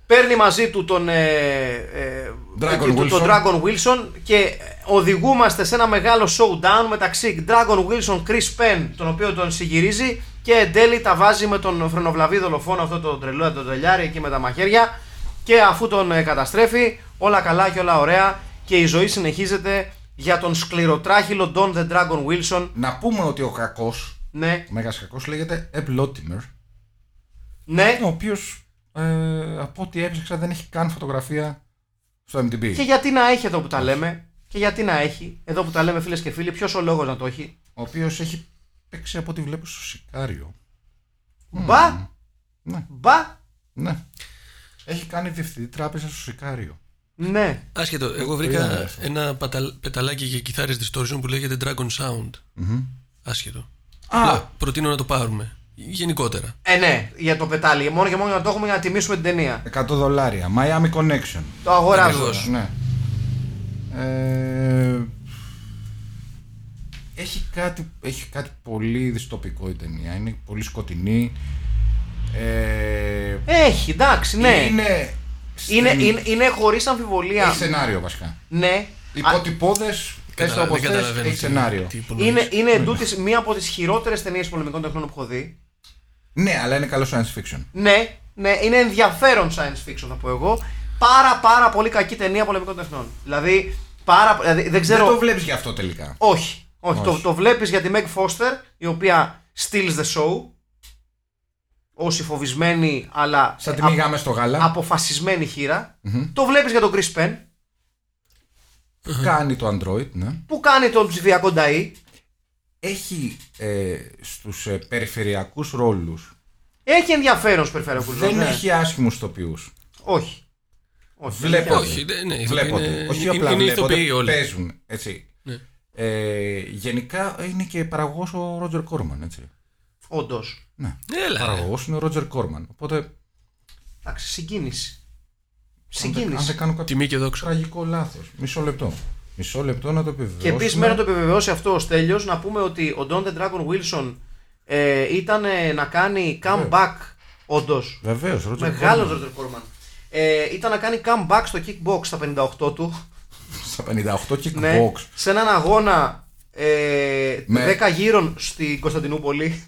S3: παίρνει μαζί του τον, ε, ε,
S4: Dragon
S3: του- τον
S4: Wilson.
S3: Dragon Wilson και οδηγούμαστε σε ένα μεγάλο showdown μεταξύ Dragon Wilson, Chris Penn, τον οποίο τον συγυρίζει και εν τέλει τα βάζει με τον φρενοβλαβή δολοφόνο αυτό τον τρελό, τον τρελιάρι εκεί με τα μαχαίρια και αφού τον ε, καταστρέφει όλα καλά και όλα ωραία και η ζωή συνεχίζεται για τον σκληροτράχυλο Don the Dragon Wilson
S4: Να πούμε ότι ο κακός,
S3: ναι,
S4: ο μέγας κακός λέγεται Ebb Lottimer,
S3: ναι.
S4: ο οποίος ε, από ό,τι έψαξα δεν έχει καν φωτογραφία στο MTB.
S3: Και γιατί να έχει εδώ που τα λέμε. Και γιατί να έχει, εδώ που τα λέμε φίλες και φίλοι, ποιος ο λόγος να το έχει.
S4: Ο οποίος έχει παίξει από ό,τι βλέπω στο Σικάριο.
S3: Μπα!
S4: Ναι.
S3: Μπα!
S4: Ναι. Έχει κάνει διευθυντή τράπεζα στο Σικάριο.
S3: Ναι.
S5: Άσχετο, εγώ
S4: είδα,
S5: βρήκα
S4: αυτό.
S5: ένα παταλ- πεταλάκι για κιθάρες distortion που λέγεται Dragon Sound. Άσχετο. Απλά Προτείνω να το πάρουμε. Γενικότερα.
S3: Ε, ναι, για το πετάλι. Μόνο και μόνο να το έχουμε για να τιμήσουμε την ταινία.
S4: 100 δολάρια. Miami Connection.
S3: Το αγοράζω.
S5: Ακριβώς.
S4: Ναι. Ε, έχει, κάτι, έχει κάτι πολύ δυστοπικό η ταινία. Είναι πολύ σκοτεινή. Ε,
S3: Έχει, εντάξει, ναι. Είναι,
S4: Είναι.
S3: είναι,
S4: στην-
S3: είναι, χωρίς αμφιβολία.
S4: Έχει σενάριο βασικά.
S3: Ναι. Α,
S4: Υποτυπώδε. Πες το
S5: Κατα-
S4: όπως
S5: δεν
S4: θες,
S5: καταλαβαίνω
S4: έχει
S5: τι-
S4: σενάριο.
S5: τι υπονοείς.
S3: είναι, είναι εντούτοις μία από τις χειρότερες ταινίες πολεμικών τεχνών που έχω δει.
S4: Ναι, αλλά είναι καλό science fiction.
S3: Ναι, ναι, είναι ενδιαφέρον science fiction θα πω εγώ. Πάρα πάρα πολύ κακή ταινία πολεμικών τεχνών. Δηλαδή, πάρα, δηλαδή δεν ξέρω.
S4: Δεν το βλέπεις γι' αυτό τελικά.
S3: Όχι. Όχι.
S4: Όχι.
S3: Το, το βλέπεις για τη Meg Foster, η οποία steals the show. Όσοι φοβισμένη, αλλά
S4: Σαν τη
S3: α-
S4: μήγαμε στο γάλα.
S3: αποφασισμένη χείρα. Το βλέπεις για τον Chris Penn,
S4: Κάνει το Android, ναι.
S3: που κάνει τον ψηφιακό Νταΐ.
S4: Έχει ε, στους ε, περιφερειακούς ρόλους
S3: Έχει ενδιαφέρον περιφερειακούς
S4: Δεν έχει άσχημους τοπιούς
S3: Όχι. Όχι. δεν
S4: Βλέπω.
S3: έχει.
S5: Όχι, ναι, ναι,
S4: Βλέπονται.
S5: είναι-
S4: Όχι
S5: είναι-
S4: απλά
S5: είναι ηθοποιοί
S4: βλέπονται,
S5: όλοι.
S4: παίζουν. Έτσι.
S5: Ναι.
S4: Ε, γενικά είναι και παραγωγός ο Ρότζερ Κόρμαν.
S5: Ε.
S4: Έτσι.
S3: Όντως.
S4: Ναι.
S5: Έλα. ρε.
S4: Παραγωγός είναι ο Ρότζερ Κόρμαν. Οπότε αν
S3: Εντάξει, συγκίνηση.
S4: δεν- αν δεν
S3: Συγκίνηση.
S4: κάνω κάποιο
S5: Τιμή και δόξα.
S4: τραγικό λάθος. Μισό λεπτό. Μισό λεπτό να το
S3: Και
S4: επιβεβαιώσουμε.
S3: επίση, μέχρι να το επιβεβαιώσει αυτό ο Στέλιος, να πούμε ότι ο Don the Dragon Wilson ε, ήταν ε, να κάνει comeback. Όντως.
S4: Βεβαίως, Ρότζερ
S3: Μεγάλος
S4: Κόρμαν.
S3: Ρότερ Κόρμαν. Ε, ήταν να κάνει comeback στο kickbox στα 58 του.
S4: Στα 58 kickbox.
S3: Ναι, σε έναν αγώνα ε,
S4: Με-
S3: 10 γύρων στην Κωνσταντινούπολη.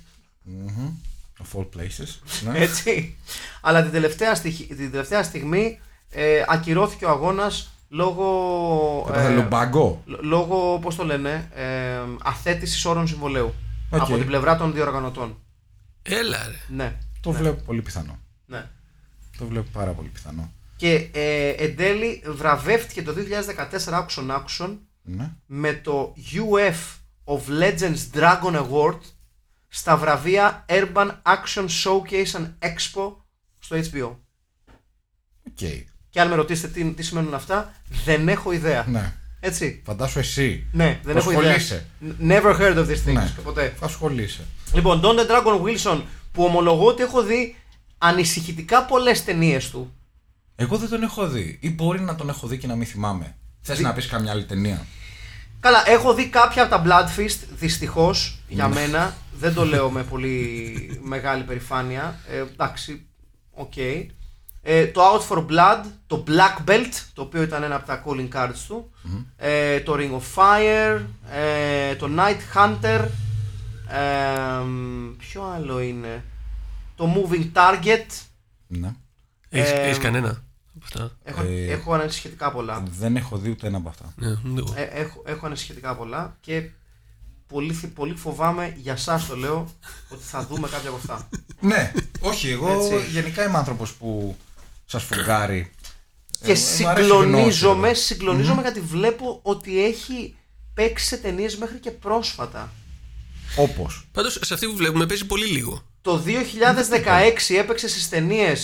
S4: Of all places. ναι.
S3: Έτσι. Αλλά την τελευταία, στοιχ- την τελευταία στιγμή ε, ακυρώθηκε ο αγώνας λόγω. ε,
S4: Έπαθε λουμπάγκο.
S3: λ- λόγω, πώς το λένε, ε, αθέτησης όρων συμβολέου.
S4: Οκ.
S3: Από την πλευρά των διοργανωτών.
S5: Έλα, ρε.
S3: Ναι.
S4: Το βλέπω πολύ πιθανό.
S3: ναι.
S4: Το βλέπω πάρα πολύ πιθανό.
S3: Και ε, εν τέλει βραβεύτηκε το 2014 Action Action
S4: Ναι.
S3: με το UF of Legends Dragon Award στα βραβεία Urban Action Showcase and Expo στο HBO.
S4: Οκ.
S3: Και αν με ρωτήσετε τι, τι σημαίνουν αυτά, δεν έχω ιδέα.
S4: Ναι.
S3: Έτσι.
S4: Φαντάσου εσύ.
S3: Ναι, δεν έχω ιδέα.
S4: Ασχολείσαι.
S3: N- Never heard of these things.
S4: Ναι.
S3: Ποτέ.
S4: Ασχολείσαι.
S3: Λοιπόν, Don the Dragon Wilson που ομολογώ ότι έχω δει ανησυχητικά πολλές ταινίες του.
S4: Εγώ δεν τον έχω δει. Ή μπορεί να τον έχω δει και να μην θυμάμαι. Θες να πεις καμιά άλλη ταινία.
S3: Καλά, έχω δει κάποια από τα Bloodfist, δυστυχώς για μένα. Δεν το λέω με πολύ μεγάλη περηφάνεια. Ε, εντάξει, οκ. Ε, το Out for Blood, το Black Belt, το οποίο ήταν ένα από τα calling cards του. Ε, το Ring of Fire, ε, το Night Hunter. Ε, μ, ποιο άλλο είναι. Το Moving Target.
S4: Ναι.
S5: Έχεις,
S3: Ε,
S5: έχεις κανένα από αυτά.
S3: Έχω,
S4: Ε.
S3: έχω ανησυχητικά πολλά.
S4: Δεν έχω δει ούτε ένα από αυτά.
S5: Ναι, ούτε εγώ.
S3: Ε, έχω, έχω ανησυχητικά πολλά και πολύ, θυ- πολύ φοβάμαι για εσά το λέω ότι θα δούμε κάποια από αυτά.
S4: Ναι, όχι, εγώ
S3: Έτσι.
S4: γενικά είμαι άνθρωπος που σας φουγκάρει.
S3: και
S4: Ε, μου αρέσει η γνώση,
S3: συγκλονίζομαι,
S4: βέβαια.
S3: συγκλονίζομαι γιατί βλέπω ότι έχει παίξει σε ταινίες μέχρι και πρόσφατα.
S4: Όπως.
S5: Πάντως σε αυτή που βλέπουμε παίζει πολύ λίγο.
S3: Το 2016 έπαιξε στις ταινίες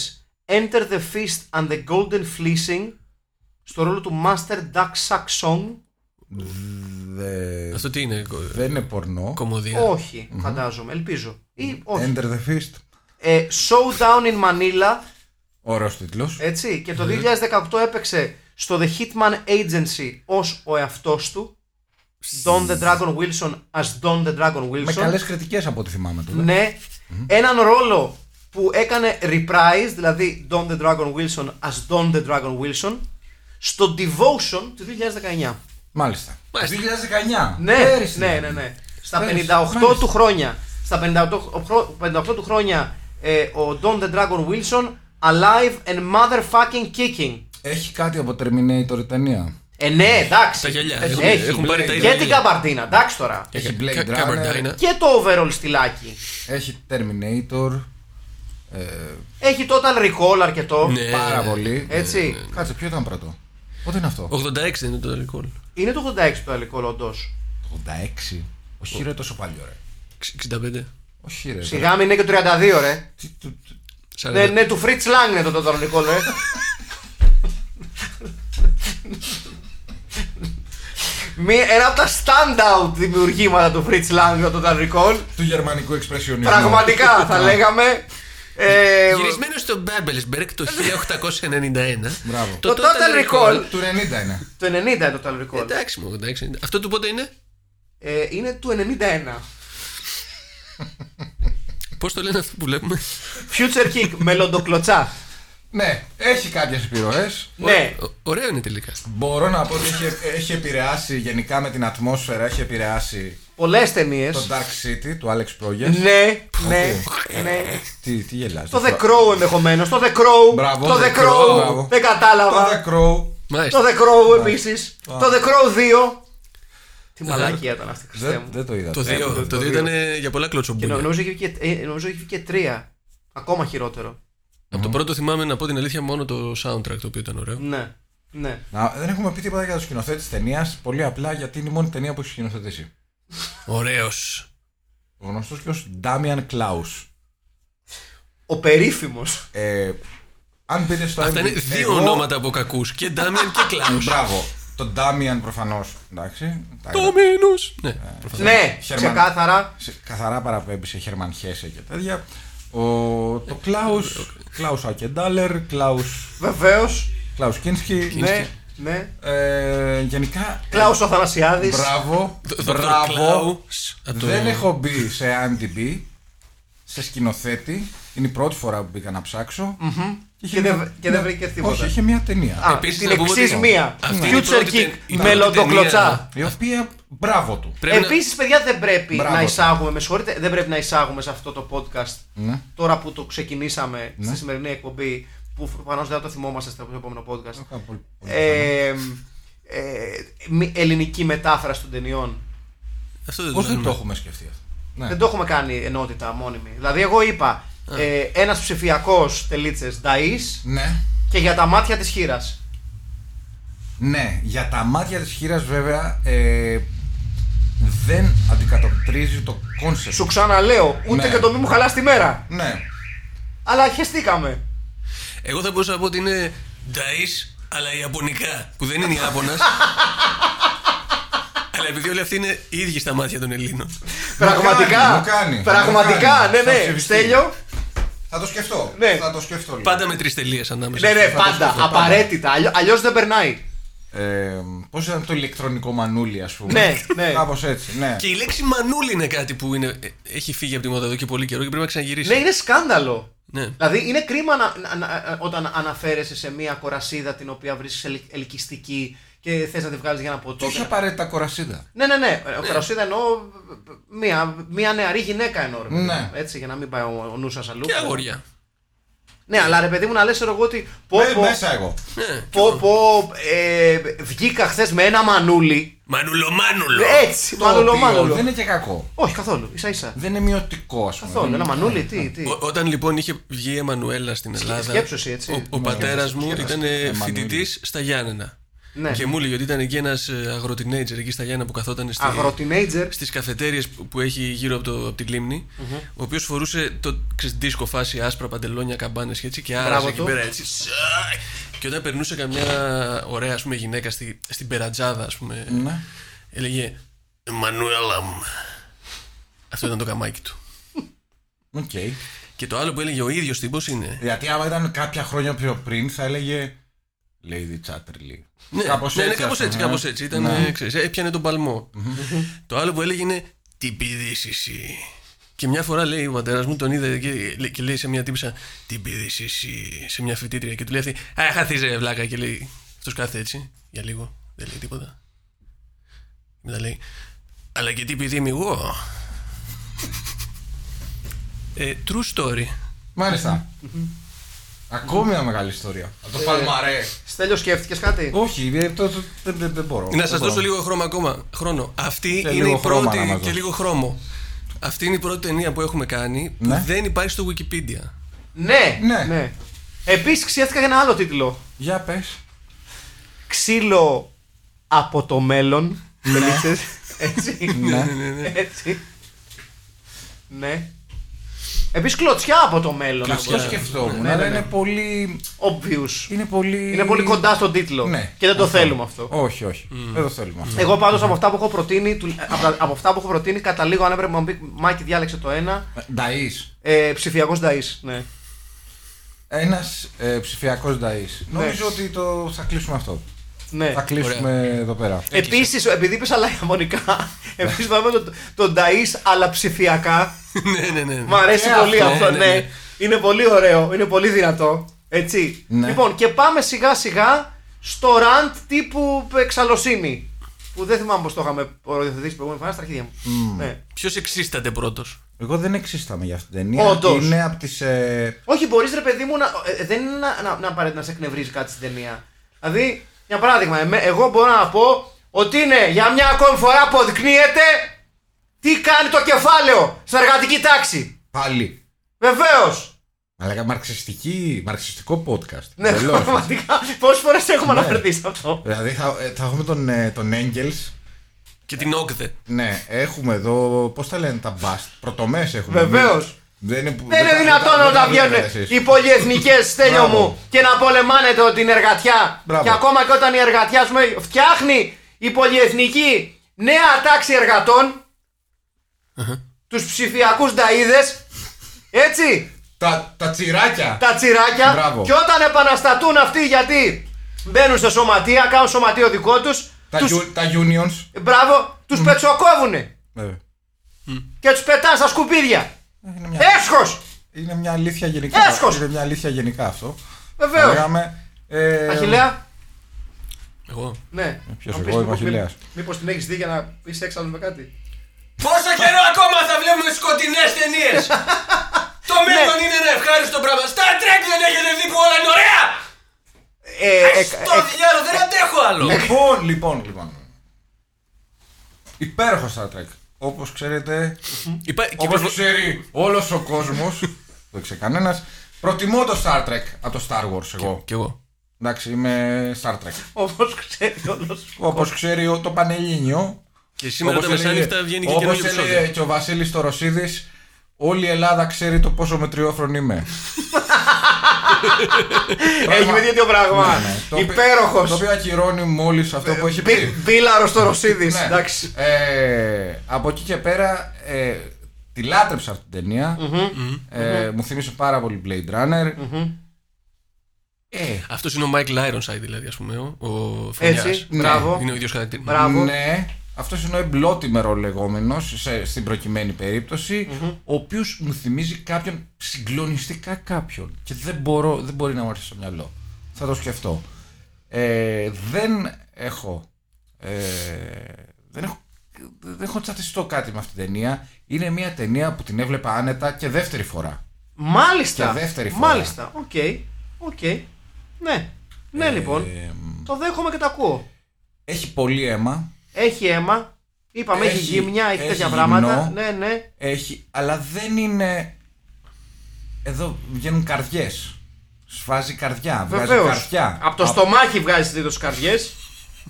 S3: Enter the Fist and the Golden Fleecing στο ρόλο του Master Duck Saxon.
S4: Δε-
S5: Αυτό τι είναι, κο-
S4: Δεν είναι πορνό.
S5: κομμωδία.
S3: Όχι, φαντάζομαι, ελπίζω. Ή όχι.
S4: Enter the fist.
S3: Ε, Showdown in Manila,
S4: Ωραίος τίτλος.
S3: έτσι.
S4: Ναι.
S3: Και το 2018 έπαιξε στο The Hitman Agency ως ο εαυτός του. Don the Dragon Wilson as Don the Dragon
S4: Με
S3: Wilson.
S4: καλές κριτικές από ό,τι θυμάμαι τότε.
S3: Ναι. Έναν ρόλο που έκανε reprise, δηλαδή Don the Dragon Wilson as Don the Dragon Wilson, στο Devotion του 2019.
S4: Μάλιστα.
S5: Μάλιστα.
S4: 2019.
S3: Ναι,
S4: Πέρυσι,
S3: ναι,
S4: δηλαδή.
S3: ναι, ναι. Στα 58
S4: Πέρυσι, μάλιστα.
S3: του χρόνια. Στα 58, ο χρο- 58 του χρόνια ε, ο Don the Dragon Wilson alive and motherfucking kicking.
S4: Έχει κάτι από Terminator η ταινία.
S3: Ε, ναι, εντάξει.
S5: Τα γυαλιά.
S3: Έχει.
S5: Έχουν,
S3: Έχει.
S5: έχουν πάρει τα ίδια.
S3: Και την καμπαρτίνα, εντάξει τώρα.
S4: Έχει Blade Runner.
S5: Καμπαρντάινα.
S3: Και το overall στυλάκι.
S4: Έχει Terminator.
S3: Έχει total recall αρκετό.
S5: Ναι.
S4: Πάρα πολύ.
S3: Έτσι.
S4: Ε, Κάτσε, ποιο ήταν πρώτο. Πότε είναι αυτό.
S5: 86 είναι το αλκοόλ.
S3: Είναι το 86 το αλκοόλ, όντω.
S4: 86. Όχι ρε τόσο παλιό ρε.
S5: 65.
S4: Όχι ρε.
S3: Σιγά μην είναι και το 32, ρε.
S4: Τι- του- του-
S5: 40.
S3: Ναι, ναι, του Fritz Lang είναι το total recall, ε. ρε. Μη- ένα από τα standout δημιουργήματα του Fritz Lang είναι το total recall.
S5: Ναι.
S4: Του γερμανικού εξπρεσιονισμού.
S3: Πραγματικά θα λέγαμε. Ε,
S5: Γυρισμένο στο Μπάμπελσμπεργκ το 1891.
S4: Μπράβο.
S3: Το Total Recall.
S4: Του 90 είναι.
S3: το 90 είναι το total recall.
S5: Εντάξει μου, εντάξει. Αυτό του πότε είναι.
S3: Ε, είναι του 91.
S5: Πώς το λένε αυτό που βλέπουμε.
S3: Future Kick, μελλοντοκλωτσά.
S4: Ναι, έχει κάποιες επιρροές.
S3: ναι,
S5: Ω- Ωραίο είναι τελικά.
S4: Μπορώ να πω ότι έχει, έχει επηρεάσει γενικά με την ατμόσφαιρα, έχει επηρεάσει
S3: πολλές ταινίες.
S4: το Dark City του Alex Proger.
S3: Ναι, ναι, ναι.
S4: Τι, τι γελάς.
S3: Το
S4: δεν
S3: The Crow ενδεχομένως. Το The Crow.
S4: Μπράβο,
S3: το
S4: The
S3: The
S4: Crow,
S3: Crow.
S4: μπράβο.
S3: Δεν
S4: Το
S3: κατάλαβα.
S4: The Crow.
S3: Το
S5: Μάλιστα.
S3: The Crow επίσης. Το The Crow 2. Τι μαλακία ήταν αυτή, Χριστέ
S4: Δεν,
S3: μου.
S4: δεν το είδα.
S5: Το
S4: Ε,
S3: το
S5: 2
S3: δύο.
S5: το δύο ήταν για πολλά
S3: Και
S5: κλωτσομπούλια.
S3: νο- Νομίζω έχει βγει και- ε, νομίζω έχει βγει και τρία. Ακόμα χειρότερο.
S5: Από το πρώτο θυμάμαι να πω την αλήθεια μόνο το soundtrack το οποίο ήταν ωραίο.
S3: Ναι, ναι.
S4: Να, δεν έχουμε πει τίποτα για το σκηνοθέτη τη ταινίας. Πολύ απλά γιατί είναι η μόνη ταινία που έχει σκηνοθετήσει.
S5: Ωραίος.
S4: Ο γνωστός και ως Damian Klaus.
S3: Ο περίφημος
S4: Ε, αν μπείτε στο
S5: Αυτά είναι
S4: IMDb,
S5: δύο
S4: εγώ-
S5: ονόματα από κακούς. Και Ντάμιαν και Κλάους.
S4: Μπράβο. Το Damian προφανώς. Εντάξει. Τα
S5: Το
S4: είδα.
S5: μήνο. Ναι,
S4: Ε.
S5: προφανώς.
S3: Ναι,
S4: Χερμαν.
S3: ξεκάθαρα.
S4: Σε- Καθαρά παραπέμπει σε Χέρμαν Χέσε και τέτοια. Ο, το Klaus. Klaus Ακεντάλερ. Klaus,
S3: Βεβαίω.
S4: Klaus Kinski.
S3: Ναι, ναι.
S4: Ε, γενικά.
S3: Κλάους ο Θανασιάδης
S4: Μπράβο.
S5: Το
S4: Μπράβο.
S5: Κλάους, από το-
S4: Δεν έχω μπει σε IMDb, σε σκηνοθέτη. Είναι η πρώτη φορά που μπήκα να ψαξω
S3: Και δεν- και δεν βρήκες τίποτα.
S4: Όχι, είχε μια ταινία.
S3: Α,
S5: Επίσης
S3: την
S5: να πούμε
S3: εξή
S5: ότι-
S3: μία.
S5: Αυτή είναι η
S3: Future
S5: πρώτη
S3: Kick,
S5: ται- η πρώτη
S3: μελλοντοκλωτσά.
S5: ταινία.
S4: Η οποία, μπράβο του.
S5: Πρέπει να-
S3: Επίσης, παιδιά, δεν πρέπει
S4: Μπράβο
S3: να
S4: του.
S3: εισάγουμε, με συγχωρείτε, δεν πρέπει να εισάγουμε σε αυτό το podcast
S4: Ναι.
S3: τώρα που το ξεκινήσαμε
S5: Ναι.
S3: στη σημερινή εκπομπή που προφανώς δεν θα το θυμόμαστε στο επόμενο podcast.
S4: Α, πολύ- πολύ πιθανό.
S3: Ε, ε, μη- ελληνική μετάφραση των ταινιών.
S5: Αυτό δεν το
S4: Πώς δεν το
S5: κάνουμε.
S4: έχουμε σκεφτεί αυτό. Ναι.
S3: Δεν το έχουμε κάνει ενότητα μόνιμη. Δηλαδή, εγώ είπα
S5: Ναι.
S3: ε, ένας ψηφιακός τελίτσες Νταή
S4: Ναι.
S3: και για τα μάτια της χείρας.
S4: Ναι, για τα μάτια της χείρας βέβαια ε, δεν αντικατοπτρίζει το κόνσεπτ.
S3: Σου ξαναλέω, ούτε
S4: Ναι.
S3: και το μη μου χαλάς τη μέρα.
S4: Ναι.
S3: Αλλά χεστήκαμε.
S5: Εγώ θα μπορούσα να πω ότι είναι Νταή, αλλά Ιαπωνικά. Που δεν είναι Ιάπωνας. αλλά επειδή όλοι αυτοί είναι οι ίδιοι στα μάτια των Ελλήνων.
S3: Πραγματικά.
S4: μου κάνει, μου
S3: πραγματικά,
S4: κάνει. Θα
S3: ναι, ναι.
S4: ψηφιστεί.
S3: Στέλιο.
S4: Θα το σκεφτώ.
S3: Ναι.
S4: Θα το σκεφτώ λοιπόν. λίγο.
S5: Πάντα με τρεις τελείες ανάμεσα.
S3: Ναι, ναι,
S4: θα το
S3: πάντα.
S4: σκεφτώ,
S3: Απαραίτητα. Αλλιώ δεν περνάει.
S4: Ε, πώς ήταν το ηλεκτρονικό μανούλι ας πούμε.
S3: Ναι, ναι.
S4: Κάπως έτσι, ναι.
S5: Και η λέξη μανούλη είναι κάτι που είναι, ε, έχει φύγει από τη μόδα εδώ και πολύ καιρό και πρέπει να ξαναγυρίσει.
S3: Ναι, είναι σκάνδαλο.
S5: Ναι.
S3: Δηλαδή, είναι κρίμα να, να- να- όταν αναφέρεσαι σε μια κορασίδα την οποία βρίσκεις ελκυστική και θες να τη βγάλεις για ένα ποτό.
S4: Όχι
S3: και να-
S4: απαραίτητα κορασίδα.
S3: Ναι, ναι, ναι. Ο κορασίδα εννοώ μια, μια νεαρή γυναίκα εννοώ. ρε παιδί
S4: Ναι.
S3: μου. Έτσι, για να μην πάει ο, ο νους σας αλλού.
S5: Και αγόρια.
S3: Ναι, αλλά ρε παιδί μου να λες ξέρω εγώ ότι. Πω,
S4: Με-
S3: πω,
S4: Μέσα εγώ.
S5: Ναι.
S3: πω, πω, ε, βγήκα χθες με ένα μανούλι.
S5: Μανούλο, μάνουλο.
S3: Έτσι,
S4: Το οποίο
S3: μανούλο, μανούλο.
S4: Δεν είναι και κακό.
S3: Όχι καθόλου, ίσα ίσα.
S4: Δεν είναι μειωτικό, ας πούμε.
S3: Καθόλου, ένα μανούλι, τι, τι.
S5: Ό- όταν λοιπόν είχε βγει η Εμμανουέλα στην Ελλάδα.
S3: σκέψου εσύ, έτσι.
S5: Ο, ο
S3: Ναι,
S5: πατέρας μου ήταν
S4: Εμμανουέλη.
S5: φοιτητή στα Γιάννενα.
S3: Ναι.
S5: Και μου έλεγε ότι ήταν εκεί ένας αγροτινέιτζερ εκεί στα Γιάννενα που καθόταν στη,
S3: Αγροτινέιτζερ.
S5: στις καφετέριες που- που έχει γύρω από, το, από τη λιμνη ο οποίος φορούσε το ξέρεις, δίσκο φάση άσπρα παντελόνια, καμπάνες και έτσι και άραζε
S3: Μπράβο
S5: εκεί
S3: του.
S5: πέρα έτσι σάι. και όταν περνούσε καμιά ωραία ας πούμε, γυναίκα στη, στην περατζάδα ας πούμε,
S4: Ναι.
S5: έλεγε «Εμμανουέλα μου» αυτό ήταν το καμάκι του
S4: Οκ.
S5: και το άλλο που έλεγε ο ίδιος τύπος είναι
S4: Γιατί άμα ήταν κάποια χρόνια πιο πριν θα έλεγε Lady Chatterley.
S5: Ναι,
S4: Κάπως
S5: ναι,
S4: έτσι,
S5: ναι, κάπως
S4: ας
S5: έτσι,
S4: πούμε,
S5: κάπως
S4: ε.
S5: έτσι. Ήταν, ε, ξέρεις, έπιανε τον παλμό. το άλλο που έλεγε είναι «Την πηδείς εσύ». Και μια φορά λέει ο πατέρας μου, τον είδε και, και λέει σε μια τύψα «Την πηδείς εσύ» σε μια φοιτήτρια και του λέει αυτή «Α, χαθείς ρε βλάκα» και λέει αυτός κάθε έτσι για λίγο, δεν λέει τίποτα. Μετά λέει «Αλλά και τι πηδή είμαι εγώ». ε, true story.
S4: Μάλιστα.
S3: Mm-hmm.
S4: Ακόμη μια μεγάλη ιστορία. Θα το παλμαρέ.
S3: Στέλιος, σκέφτηκες κάτι.
S4: Όχι, ε, το- το- δεν- δεν δεν μπορώ.
S5: Να
S4: Δεν
S5: σα
S4: μπορώ.
S5: δώσω λίγο χρώμα ακόμα. Χρόνο. Αυτή
S4: Και
S5: είναι
S4: λίγο
S5: η
S4: χρώμα
S5: πρώτη.
S4: να μας
S5: και
S4: δώσεις.
S5: λίγο χρώμο. Αυτή είναι η πρώτη ταινία που έχουμε κάνει που
S4: Ναι.
S5: δεν υπάρχει στο Wikipedia.
S3: Ναι,
S4: Ναι.
S3: ναι. Επίσης ξέφτηκα για ένα άλλο τίτλο.
S4: Για πες.
S3: Ξύλο από το μέλλον. Φελίτσες. Έτσι.
S4: Ναι.
S3: Έτσι. Ναι. Επίσης κλωτσιά από το μέλλον.
S4: Αυτό
S5: Ναι,
S4: σκεφτόμουν, αλλά είναι πολύ.
S3: Obvious.
S4: Είναι πολύ.
S3: Είναι πολύ κοντά στον τίτλο.
S4: Ναι.
S3: Και δεν το θέλουμε αυτό.
S4: Όχι, όχι.
S5: Mm.
S4: Δεν το θέλουμε αυτό.
S3: Εγώ πάντως από αυτά που έχω προτείνει, του- από, τα- από αυτά που έχω προτείνει, καταλήγω αν έπρεπε να μου πει Μάκη, διάλεξε το ένα.
S4: Νταή.
S3: Ε, Ψηφιακός Νταΐς. Ναι.
S4: Ένας ψηφιακό Νταή. ε, Νομίζω ότι το θα κλείσουμε αυτό.
S3: ναι.
S4: Θα κλείσουμε εδώ πέρα.
S3: Ε- Επίσης, επειδή είπες αλλά ιαπωνικά, εμεί πάμε τον το Νταΐς αλλά ψηφιακά.
S5: ναι, ναι, ναι.
S3: Μ' αρέσει
S4: Και
S3: πολύ
S5: αυτό,
S3: αυτό,
S5: ναι,
S3: ναι,
S5: ναι.
S3: Είναι πολύ ωραίο, είναι πολύ δυνατό. Έτσι.
S4: Ναι.
S3: Λοιπόν, και πάμε σιγά σιγά στο ραντ τύπου εξαλωσύνη. Που δεν θυμάμαι πώς το είχαμε οριοθετήσει προηγούμενη φορά στα αρχίδια μου.
S5: Mm.
S3: Ναι.
S5: Ποιος εξίσταται πρώτος.
S4: Εγώ δεν εξίσταμε για αυτήν την ταινία.
S3: Όντως.
S4: Είναι από τις. Ε...
S3: Όχι, μπορείς ρε παιδί μου να. ε, δεν είναι να, να, να, απαραίτητα να σε εκνευρίζει κάτι στην ταινία. Δηλαδή, για παράδειγμα, εμέ- εγώ μπορώ να πω ότι είναι για μια ακόμη φορά που αποδεικνύεται τι κάνει το κεφάλαιο στην εργατική τάξη.
S4: Πάλι.
S3: Βεβαίως!
S4: Αλλά μαρξιστική, μαρξιστικό podcast.
S3: Ναι,
S4: Εντελώς.
S3: πραγματικά. Πόσες φορές έχουμε
S4: Ναι.
S3: αναφερθείς σε αυτό.
S4: Δηλαδή θα, ε, θα έχουμε τον, ε, τον Engels.
S5: Και την Όκδε.
S4: Ναι, έχουμε εδώ. Πώς τα λένε τα bust. Πρωτομές έχουμε.
S3: Βεβαίως.
S4: Δεν είναι, που-
S3: Δεν είναι
S4: τα-
S3: δυνατόν
S4: δεν
S3: να
S4: τα βλέπετε
S3: βγαίνουν
S4: εσείς.
S3: οι πολυεθνικέ, στέλιο
S4: Μπράβο.
S3: μου, και να πολεμάνε το- την εργατιά.
S4: Μπράβο.
S3: Και ακόμα και όταν η εργατιά, ας πούμε, φτιάχνει η πολυεθνική νέα τάξη εργατών, τους ψηφιακούς νταίδε, έτσι,
S4: Τα, τα τσιράκια.
S3: τα τσιράκια.
S4: Μπράβο.
S3: Και όταν επαναστατούν αυτοί γιατί μπαίνουν σε σωματεία, κάνουν σωματείο δικό τους,
S4: Τα,
S3: τους,
S4: γιου- τα unions.
S3: μπράβο, τους πετσοκόβουνε
S4: Βέβαια.
S3: και τους πετάνε στα σκουπίδια.
S4: Είναι μια,
S3: Έσχος!
S4: είναι μια αλήθεια γενικά.
S3: Έσχος.
S4: Είναι μια αλήθεια γενικά αυτό.
S3: Βεβαίως.
S4: Θα λέγαμε, Ε,
S3: Αχιλέα,
S5: Εγώ.
S3: ναι.
S4: ποιος, εγώ είμαι ο Αχιλέας.
S3: Μήπως την έχεις δει για να είσαι έξαλλος με κάτι.
S5: Πόσο καιρό ακόμα θα βλέπουμε σκοτεινές ταινίες! το
S4: Ναι.
S5: μέλλον είναι ένα ευχάριστο πράγμα. Στα τρέκ δεν έχετε δει που όλα είναι ωραία!
S3: Ε, ε,
S5: Στο διάλογο δεν αντέχω άλλο!
S4: Λοιπόν, λοιπόν, λοιπόν. Υπέροχο Star Trek. Όπως ξέρετε,
S5: Υπά... και
S4: όπως
S5: υπερβολ-
S4: ξέρει όλος ο κόσμος, δεν ξέρει κανένας, προτιμώ το Star Trek από το Star Wars. Εγώ.
S5: Κι εγώ.
S4: Εντάξει, είμαι Star Trek.
S3: Όπως ξέρει όλος.
S4: Όπως ξέρει ο- το Πανελλήνιο.
S5: Και σήμερα τα
S4: όπως έλεγε-
S5: μεσάνυχτα βγαίνει και
S4: όπως
S5: καινούργιο
S4: έλεγε
S5: επεισόδιο.
S4: και ο Βασίλης Τωροσίδη, όλη η Ελλάδα ξέρει το πόσο μετριόφρον είμαι.
S3: Έχει με ίδιο πράγμα.
S4: Ναι, Το οποίο-
S3: Υπέροχος.
S4: Το οποίο ακυρώνει μόλις αυτό που έχει πει.
S3: Μπίλαρο στο Ρωσίδης.
S4: Ναι.
S3: Εντάξει.
S4: Ε, από εκεί και πέρα ε, τη λάτρεψα αυτή την ταινια Ε, Μου θύμισε πάρα πολύ Blade Runner. Ε,
S5: Αυτός είναι ο Michael Ironside δηλαδή, ας πούμε. Ο, ο Φωνιάς.
S3: Έτσι,
S5: Ναι,
S3: μπράβο.
S5: Είναι ο ίδιος χαρακτήρα.
S3: Μπράβο.
S4: ναι, αυτός είναι ο εμπλότιμερο λεγόμενο στην προκειμένη περίπτωση, ο οποίος μου θυμίζει κάποιον συγκλονιστικά κάποιον. Και δεν, μπορώ, δεν μπορεί να μου έρθει στο μυαλό. Θα το σκεφτώ. Ε, δεν έχω. Ε, δεν έχω δεν έχω τσατιστώ κάτι με αυτή την ταινία. Είναι μια ταινία που την έβλεπα άνετα και δεύτερη φορά.
S3: Μάλιστα.
S4: Και δεύτερη φορά.
S3: Μάλιστα. Οκ. Οκ. Ναι. Ναι, λοιπόν.
S4: Ε, μ,
S3: Το δέχομαι και το ακούω.
S4: έχει πολύ αίμα.
S3: Έχει αίμα. Είπαμε, έχει,
S4: Έχει-
S3: γύμνια, έχει,
S4: έχει
S3: τέτοια
S4: γυμνό.
S3: πράγματα. Ναι, ναι.
S4: Έχει, αλλά δεν είναι. Εδώ βγαίνουν καρδιές. Σφάζει καρδιά.
S3: Βεβαίω.
S4: Βγάζει καρδιά.
S3: Από το στομάχι βγάζει τις καρδιές.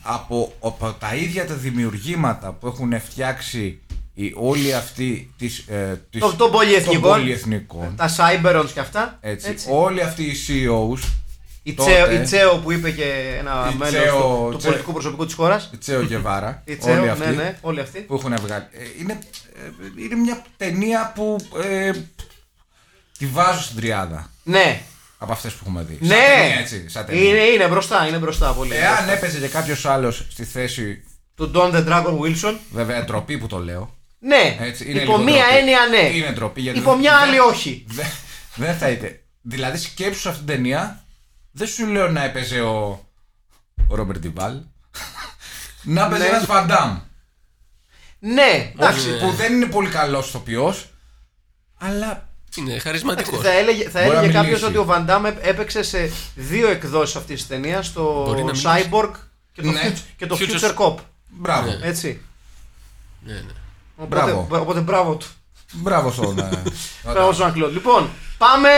S4: από, από τα ίδια τα δημιουργήματα που έχουν φτιάξει οι, όλοι αυτοί της, ε, της,
S3: Των- των πολυεθνικών.
S4: των πολυεθνικών,
S3: Τα Cyberons και αυτά.
S4: έτσι, όλοι αυτοί οι E CEOs,
S3: Η,
S4: τότε-
S3: Τσέο, η Τσέο που είπε και ένα
S4: Η
S3: μέλος
S4: Τσέο-
S3: του, του
S4: Τσέ-
S3: πολιτικού προσωπικού της χώρας.
S4: η Τσέο Γεβάρα,
S3: Η Τσέο,
S4: όλοι
S3: ναι,
S4: αυτοί
S3: ναι, όλοι αυτοί.
S4: που έχουν βγάλει. ε, είναι, ε, είναι μια ταινία που ε, τη βάζω στην τριάδα
S3: Ναι,
S4: από αυτές που έχουμε δει.
S3: ναι.
S4: Σαν ταινία, έτσι, σαν ταινία. Ε,
S3: είναι, είναι μπροστά, είναι μπροστά πολύ.
S4: Εάν έπαιζε και κάποιος άλλος στη θέση,
S3: Του Don the Dragon Wilson.
S4: βέβαια ντροπή που το λέω,
S3: Ναι,
S4: Έτσι, είναι
S3: υπό
S4: λίγο
S3: μία
S4: ντροπή.
S3: έννοια ναι.
S4: Είναι ντροπή, γιατί
S3: υπό
S4: δεν-
S3: μία
S4: δεν-
S3: άλλη όχι.
S4: Δε- Δεν θα είτε. Δηλαδή σκέψου σε αυτήν την ταινία, δεν σου λέω να έπαιζε ο, ο Ρόμπερτ Ντιβάλ. να έπαιζε
S3: Ναι.
S4: ένας Βαντάμ.
S3: Ναι, εντάξει.
S5: ε,
S4: Που δεν είναι πολύ καλός ηθοποιός, αλλά
S5: Είναι χαρισματικός.
S3: Θα έλεγε, θα
S4: Μπορεί να
S3: έλεγε
S4: μιλήσει.
S3: κάποιος ότι ο Βαντάμ έπαιξε σε δύο εκδόσεις αυτής της ταινίας, το
S5: Μπορεί να μιλήσει.
S3: Cyborg και το,
S4: Ναι.
S3: Fut- και το Future
S5: Futures-
S3: Cop.
S4: μπράβο.
S3: Έτσι.
S5: Ναι, ναι.
S3: Οπότε,
S4: Μπράβο.
S3: μπράβο. οπότε μπράβο του.
S4: Μπράβο στον... ε,
S3: Μπράβο στον Jean-Claude. Λοιπόν, πάμε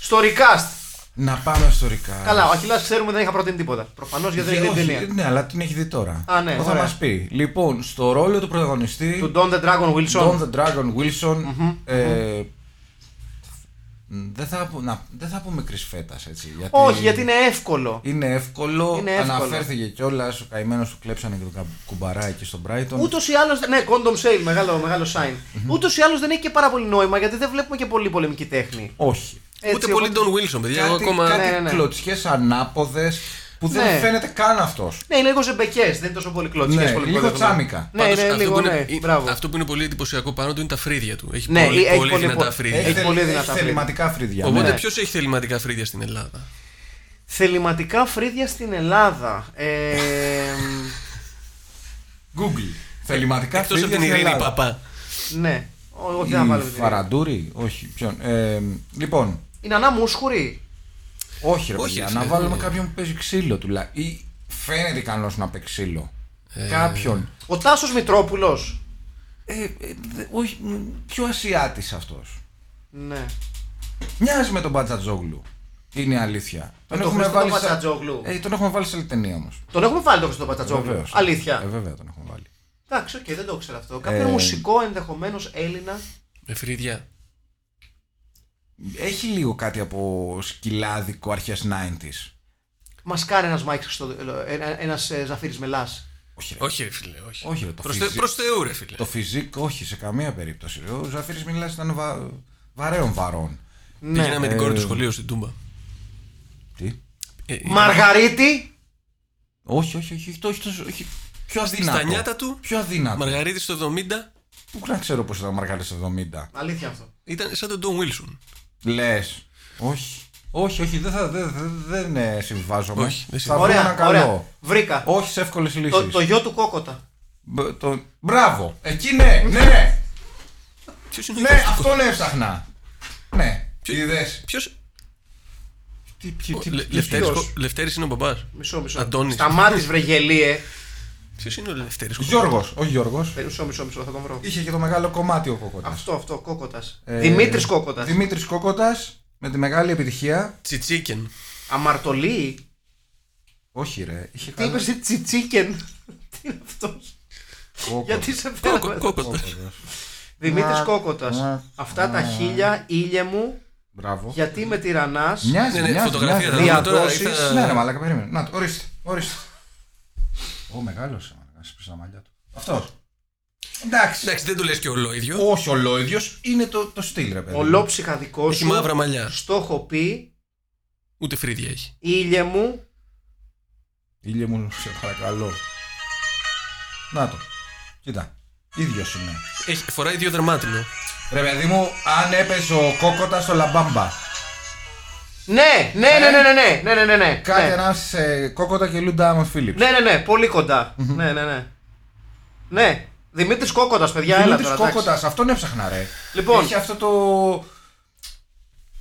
S3: στο recast.
S4: να πάμε ιστορικά.
S3: Καλά, ο Αχιλάς ξέρουμε δεν είχα προτείνει τίποτα. Προφανώς γιατί δεν
S4: Ε,
S3: είναι
S4: όχι,
S3: ταινία.
S4: Ναι, αλλά την έχει δει τώρα.
S3: Α, ναι,
S4: Αυτό θα
S3: ωραία.
S4: μας πει. Λοιπόν, στο ρόλο του πρωταγωνιστή...
S3: Του Don the Dragon
S4: Don
S3: Wilson.
S4: the Dragon Wilson.
S3: Mm-hmm.
S4: ε, δεν, θα, πω- να, δεν θα πούμε κρυσφέτας έτσι. Γιατί...
S3: Όχι, γιατί είναι εύκολο.
S4: Είναι εύκολο.
S3: Είναι εύκολο.
S4: Αναφέρθηκε κιόλας ο καημένος του κλέψανε και το κα- κουμπαρά εκεί στον Brighton.
S3: Ούτως ή άλλως. Ναι, condom sale, μεγάλο, μεγάλο sign. Ούτως ή άλλως δεν έχει και πάρα πολύ νόημα γιατί δεν βλέπουμε και πολύ πολεμική τέχνη.
S4: Όχι.
S3: Έτσι,
S5: Ούτε πολύ
S3: οπότε-
S5: Don Wilson, παιδιά. Εγώ
S4: Κάτι,
S5: ακόμα.
S4: κάτι
S3: Ναι, ναι, ναι.
S4: κλωτσιές ανάποδες που δεν
S3: Ναι.
S4: φαίνεται καν αυτός.
S3: Ναι, είναι λίγο ζεμπεκές, δεν είναι τόσο πολύ κλωτσιές.
S4: Ναι, λίγο τσάμικα.
S3: Ναι,
S5: Πάντως,
S3: είναι
S5: αυτό,
S3: λίγο,
S5: που
S3: ναι.
S5: είναι, ε,
S3: Μπράβο.
S5: αυτό που είναι πολύ εντυπωσιακό πάνω του είναι τα φρύδια του. Έχει
S3: Ναι,
S5: πολύ,
S3: έχει
S5: πολύ,
S3: πολύ-
S5: δυνατά
S3: πο-
S5: φρύδια.
S3: Έχει πολύ δυνατά
S4: έχει
S3: φρύδια.
S4: θεληματικά φρύδια.
S5: Οπότε
S4: ναι.
S5: ποιος έχει θεληματικά φρύδια στην Ελλάδα.
S3: Θεληματικά φρύδια στην Ελλάδα. Ε,
S4: Google. Θεληματικά
S5: Εκτός από
S4: φρύδια
S5: την
S4: στην
S5: Ειρήνη
S4: Ελλάδα.
S5: Παπά.
S3: ναι. Ό, Όχι, δεν θα
S4: Η
S3: βάλουμε την ίδια.
S4: Φαραντούρη, όχι. Ποιον. Ε, λοιπόν,
S3: Η Νανά Μούσχουρη.
S4: όχι ρε
S5: Όχι,
S4: παιδιά,
S5: ρε,
S4: να
S5: φίλε. ναι.
S4: βάλουμε κάποιον που παίζει ξύλο τουλάχιστον. Ή φαίνεται κανός να παίξει ξύλο.
S5: Ε.
S4: Κάποιον.
S3: Ο Τάσος Μητρόπουλος.
S4: Ε, ε, δε- όχι, μ, πιο ασιάτης αυτός.
S3: Ναι.
S4: Μοιάζει με τον Μπατζατζόγλου. Είναι η αλήθεια.
S3: τον Χρήστο τον Μπατζατζόγλου.
S4: Ε, τον έχουμε βάλει σε άλλη ταινία όμως.
S3: Τον έχουμε βάλει τον Χριστό Πατσατζόγλου.
S4: Βεβαίω. Ε,
S3: Αλήθεια.
S4: βέβαια τον έχουμε βάλει.
S3: Εντάξει, οκ, δεν το ξέρω αυτό. Κάποιο
S4: Ε.
S3: μουσικό ενδεχομένως Έλληνα.
S5: Με φρύδια.
S4: Έχει λίγο κάτι από σκυλάδικο αρχές 90s.
S3: Μα κάνει ένα Μάικ Χριστό. Ένα Ζαφίρη Μελάς.
S4: Όχι, ρε.
S5: Όχι, ρε φίλε. Όχι,
S4: Όχι, ρε, το
S5: προς,
S4: φύζι-
S5: Θε- προς Θεού, ρε φίλε.
S4: Το φυσικό όχι σε καμία περίπτωση. ρε. Ο Ζαφίρη μιλά ήταν βα... βαρέων βαρών.
S5: Πήγαινα
S3: Ναι.
S5: με την
S4: Ε,
S5: κόρη του σχολείου στην Τούμπα.
S4: Τι.
S5: Ε, ε,
S3: Μαργαρίτη.
S4: Όχι, όχι, όχι. όχι, το- όχι, το- όχι. πιο αδύνατο.
S5: Στα νιάτα του,
S4: Πιο αδύνατο.
S5: Μαργαρίτη στο 70
S4: Πού να ξέρω πώς ήταν ο Μαργαρίτη 70.
S3: Αλήθεια αυτό.
S5: ήταν σαν τον Ντόν Βίλσον.
S4: Λες. Όχι. Όχι, όχι, δεν, θα, δεν, δεν, δεν ε, συμβιβάζομαι.
S5: Όχι, δεν
S4: θα βρω ένα
S3: Ωραία,
S4: καλό.
S3: ωραία. Βρήκα.
S4: Όχι σε εύκολες
S3: Το,
S4: λύσεις.
S3: το γιο του Κόκοτα.
S4: Το... Μπράβο! Εκεί ναι, ναι!
S5: Ποιος είναι
S4: Ναι, αυτόν έψαχνα! Ναι, είδε.
S5: Ποιο.
S4: Τι, ποιος, τι,
S3: ποιος?
S5: Λευτέρης είναι ο μπαμπάς.
S3: Μισό, μισό.
S5: Αντώνης.
S3: Σταμάτης, βρε γελίε. Ε,
S5: Ποιος είναι ο Λευτέρης.
S4: Γιώργος, ο Γιώργος
S3: Μισό, μισό, μισό, θα τον βρω.
S4: είχε και το μεγάλο κομμάτι ο Κόκοτας Ε,
S3: Αυτό, αυτό, Κόκοτα.
S5: Ε,
S3: Δημήτρης Κόκοτα.
S4: Δημήτρης Κόκοτας με τη μεγάλη επιτυχία
S5: Τσιτσίκεν.
S3: Αμαρτωλή.
S4: Όχι ρε, είχε
S3: Τι
S4: καλό
S3: είπες, εσύ, Τσιτσίκεν. Τι είναι αυτός.
S4: Κόκοτα.
S3: Γιατί σε
S5: Κόκο-
S3: φέραμε.
S5: Κόκοτα.
S4: Ε,
S3: Δημήτρη
S4: Μα-
S3: Κόκοτα.
S4: μα-
S3: Αυτά τα
S4: μα-
S3: χίλια ήλιε μου,
S4: Μπράβο
S3: γιατί με τυρανά.
S4: Μοιάζει,
S5: Ναι, ναι,
S4: μοιάζει,
S5: φωτογραφία
S4: μοιάζει.
S5: θα δούμε τώρα.
S3: Διαδόσεις.
S5: ήρθα-
S4: Ναι ρε μαλάκα, περίμενε, να το, ορίστε, ορίστε Ω, μεγάλος, μαλάκα, σπίσε τα μαλλιά του Αυτός Εντάξει,
S5: Εντάξει, δεν το λες και ολόιδιος.
S4: όχι ολόιδιος, είναι το, το στυλ ρε παιδί
S3: Ολόψυχα δικό
S5: Έχει
S3: σου.
S5: μαύρα μαλλιά.
S3: Στόχο πει,
S5: Ούτε φρύδια έχει.
S3: ήλιε μου.
S4: Ήλιο μου, σε παρακαλώ. Να το. Κοίτα. ίδιος είναι.
S5: έχει. Φοράει δύο δερμάτινο.
S4: Ρε παιδί μου, αν έπαιζε ο κόκοτα στο λαμπάμπα.
S3: Ναι, ναι, ναι, ναι, ναι, ναι, ναι, ναι, ναι, ναι.
S4: Ε, Κάτι
S3: Ναι.
S4: ένας ε, κόκοτα και Λούντα Άμον Φίλιπ.
S3: Ναι, ναι, ναι, πολύ κοντά. Ναι, ναι, ναι. Ναι, Δημήτρης Κόκοτας, παιδιά, έλα τώρα. εντάξει.
S4: κόκοτας, αυτόν έψαχνα ρε.
S3: Λοιπόν.
S4: Έχει αυτό το.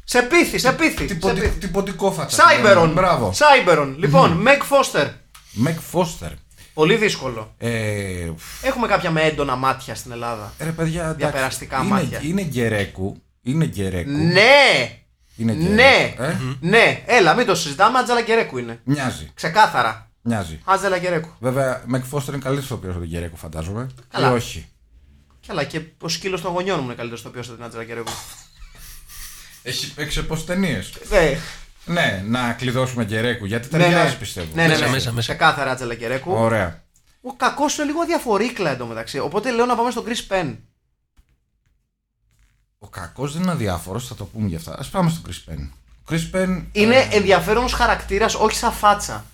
S3: Σε πίθη, σε πίθη. σε
S4: Τυποντι-
S3: πίθη.
S4: Τυποντικόφατσα.
S3: Σάιμπερον.
S4: Μπράβο.
S3: Σάιμπερον. Λοιπόν, Μεγ Φώστερ.
S4: Μεκ Φώστερ.
S3: Πολύ δύσκολο.
S4: Ε,
S3: Έχουμε κάποια με έντονα μάτια στην Ελλάδα.
S4: ρε παιδιά, εντάξει.
S3: Διαπεραστικά
S4: είναι,
S3: μάτια.
S4: Είναι γκερέκου. Είναι γκερέκου.
S3: Ναι!
S4: Είναι γκερέκου.
S3: Ναι!
S4: Ε,
S3: Ναι! Έλα, μην το συζητάμε. Άντζελα Κερέκου είναι.
S4: Μοιάζει.
S3: Ξεκάθαρα.
S4: Μοιάζει.
S3: Άντζελα Κερέκου.
S4: Βέβαια, Μεκ Φώστερ είναι καλύτερος ηθοποιό από τον Γκερέκου, φαντάζομαι.
S3: Καλά.
S4: Ή όχι.
S3: Και αλλά και ο σκύλος των γονιών μου είναι καλύτερος στο οποίο την Άντζελα Κερέκου.
S4: Έχει παίξει από ταινίες.
S3: ναι,
S4: Ναι, να κλειδώσουμε Γκερέκου γιατί ταιριάζει πιστεύω.
S3: Ναι, ναι, ναι.
S5: μέσα, μέσα.
S3: Ξεκάθαρα Άντζελα Κερέκου.
S4: Ωραία.
S3: Ο κακός είναι λίγο διαφορήκλα εντωμεταξύ. Οπότε λέω να πάμε στον Chris Penn.
S4: Ο κακός δεν είναι αδιάφορος, θα το πούμε γι' αυτά. Ας πάμε στον Chris Penn. Ο Chris Penn. ε,
S3: Είναι ενδιαφέρον χαρακτήρας, όχι σαν φάτσα.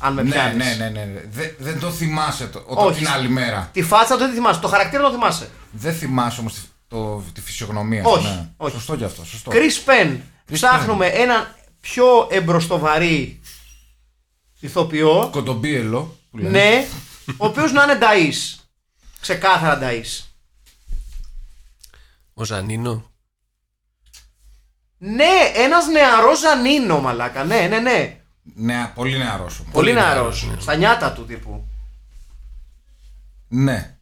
S3: Αν με
S4: Ναι,
S3: πιάνει.
S4: ναι, ναι, ναι. ναι. Δε- δεν το θυμάσαι το, όταν
S3: Όχι.
S4: την άλλη μέρα.
S3: Τη φάτσα δεν τη θυμάσαι. Το χαρακτήρα δεν το θυμάσαι.
S4: Δεν θυμάσαι όμως τη, το- τη φυσιογνωμία.
S3: Όχι,
S4: ναι.
S3: όχι.
S4: Σωστό κι αυτό. Σωστό.
S3: Chris Penn. Ψάχνουμε έναν πιο εμπροστοβαρή ηθοποιό.
S4: Κοντομπίελο. Που λένε.
S3: Ναι, ο οποίος να είναι νταΐς. Ξεκάθαρα νταΐς.
S5: Ο Ζανίνο.
S3: Ναι, ένας νεαρός Ζανίνο, μαλάκα. Ναι, ναι, ναι.
S4: ναι πολύ νεαρός όμως.
S3: Πολύ νεαρός.
S5: νεαρός, ναι.
S3: Στα νιάτα του τύπου.
S4: Ναι.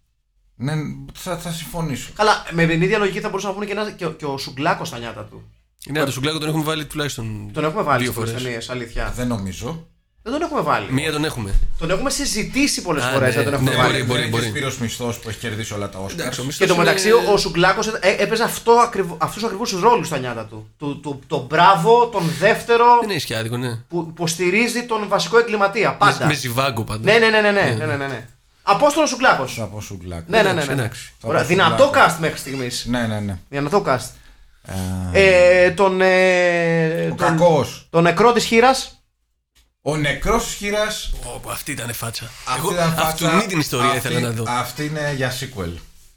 S4: ναι θα, θα συμφωνήσω.
S3: Καλά, με την ίδια λογική θα μπορούσαμε να πούμε και, ένας, και, ο- και ο Σουγκλάκος στα νιάτα του.
S5: Ναι, το σουκλάκο τον έχουμε βάλει τουλάχιστον.
S3: Τον έχουμε βάλει
S5: δύο
S3: στις
S5: φορές.
S3: ταινίες, αλήθεια.
S4: Δεν νομίζω.
S3: Δεν τον έχουμε βάλει.
S5: Μία τον έχουμε.
S3: Τον έχουμε συζητήσει πολλές
S5: Α,
S3: φορές.
S5: ναι,
S3: Δεν τον έχουμε
S5: ναι,
S3: βάλει.
S5: μπορεί, μπορεί,
S4: είναι
S5: μπορεί.
S4: Ε, Και Σπύρος Μισθός που έχει κερδίσει όλα τα Όσκαρ.
S5: Εντάξει, ο μισθός
S3: Και το
S5: είναι-
S3: μεταξύ, ο Σουγκλάκο έπαιζε αυτό, ακριβ- αυτούς τους ακριβούς ρόλους στα νιάτα του. Του, του. τον μπράβο, τον δεύτερο
S5: Δεν έχει και άδικο, ναι.
S3: που υποστηρίζει τον βασικό εγκληματία. Πάντα.
S5: Με ζιβάγκο πάντα.
S3: Ναι, ναι, ναι, ναι. ναι, ναι, ναι, ναι, ναι. Απόστολος Σουγκλάκος.
S4: Θα πω σουγκλάκ.
S3: Ναι, ναι, ναι. ναι.
S5: εντάξει.
S3: Ωραία,
S4: Θα πω
S3: δυνατό
S4: Σουγκλάκος.
S3: cast μέχρι στιγμής.
S4: Ναι, ναι, ναι.
S3: Δυνατό cast. Ε, τον, ε,
S4: Ο
S3: τον,
S4: κακός.
S3: τον νεκρό της χείρας.
S4: Ο νεκρός χείρας.
S5: Ω, αυτή ήταν φάτσα.
S4: Αυτή
S5: Εγώ
S4: ήταν φάτσα.
S5: αυτουνή την ιστορία
S4: Αυτή-
S5: ήθελα να δω.
S4: Αυτή είναι για sequel.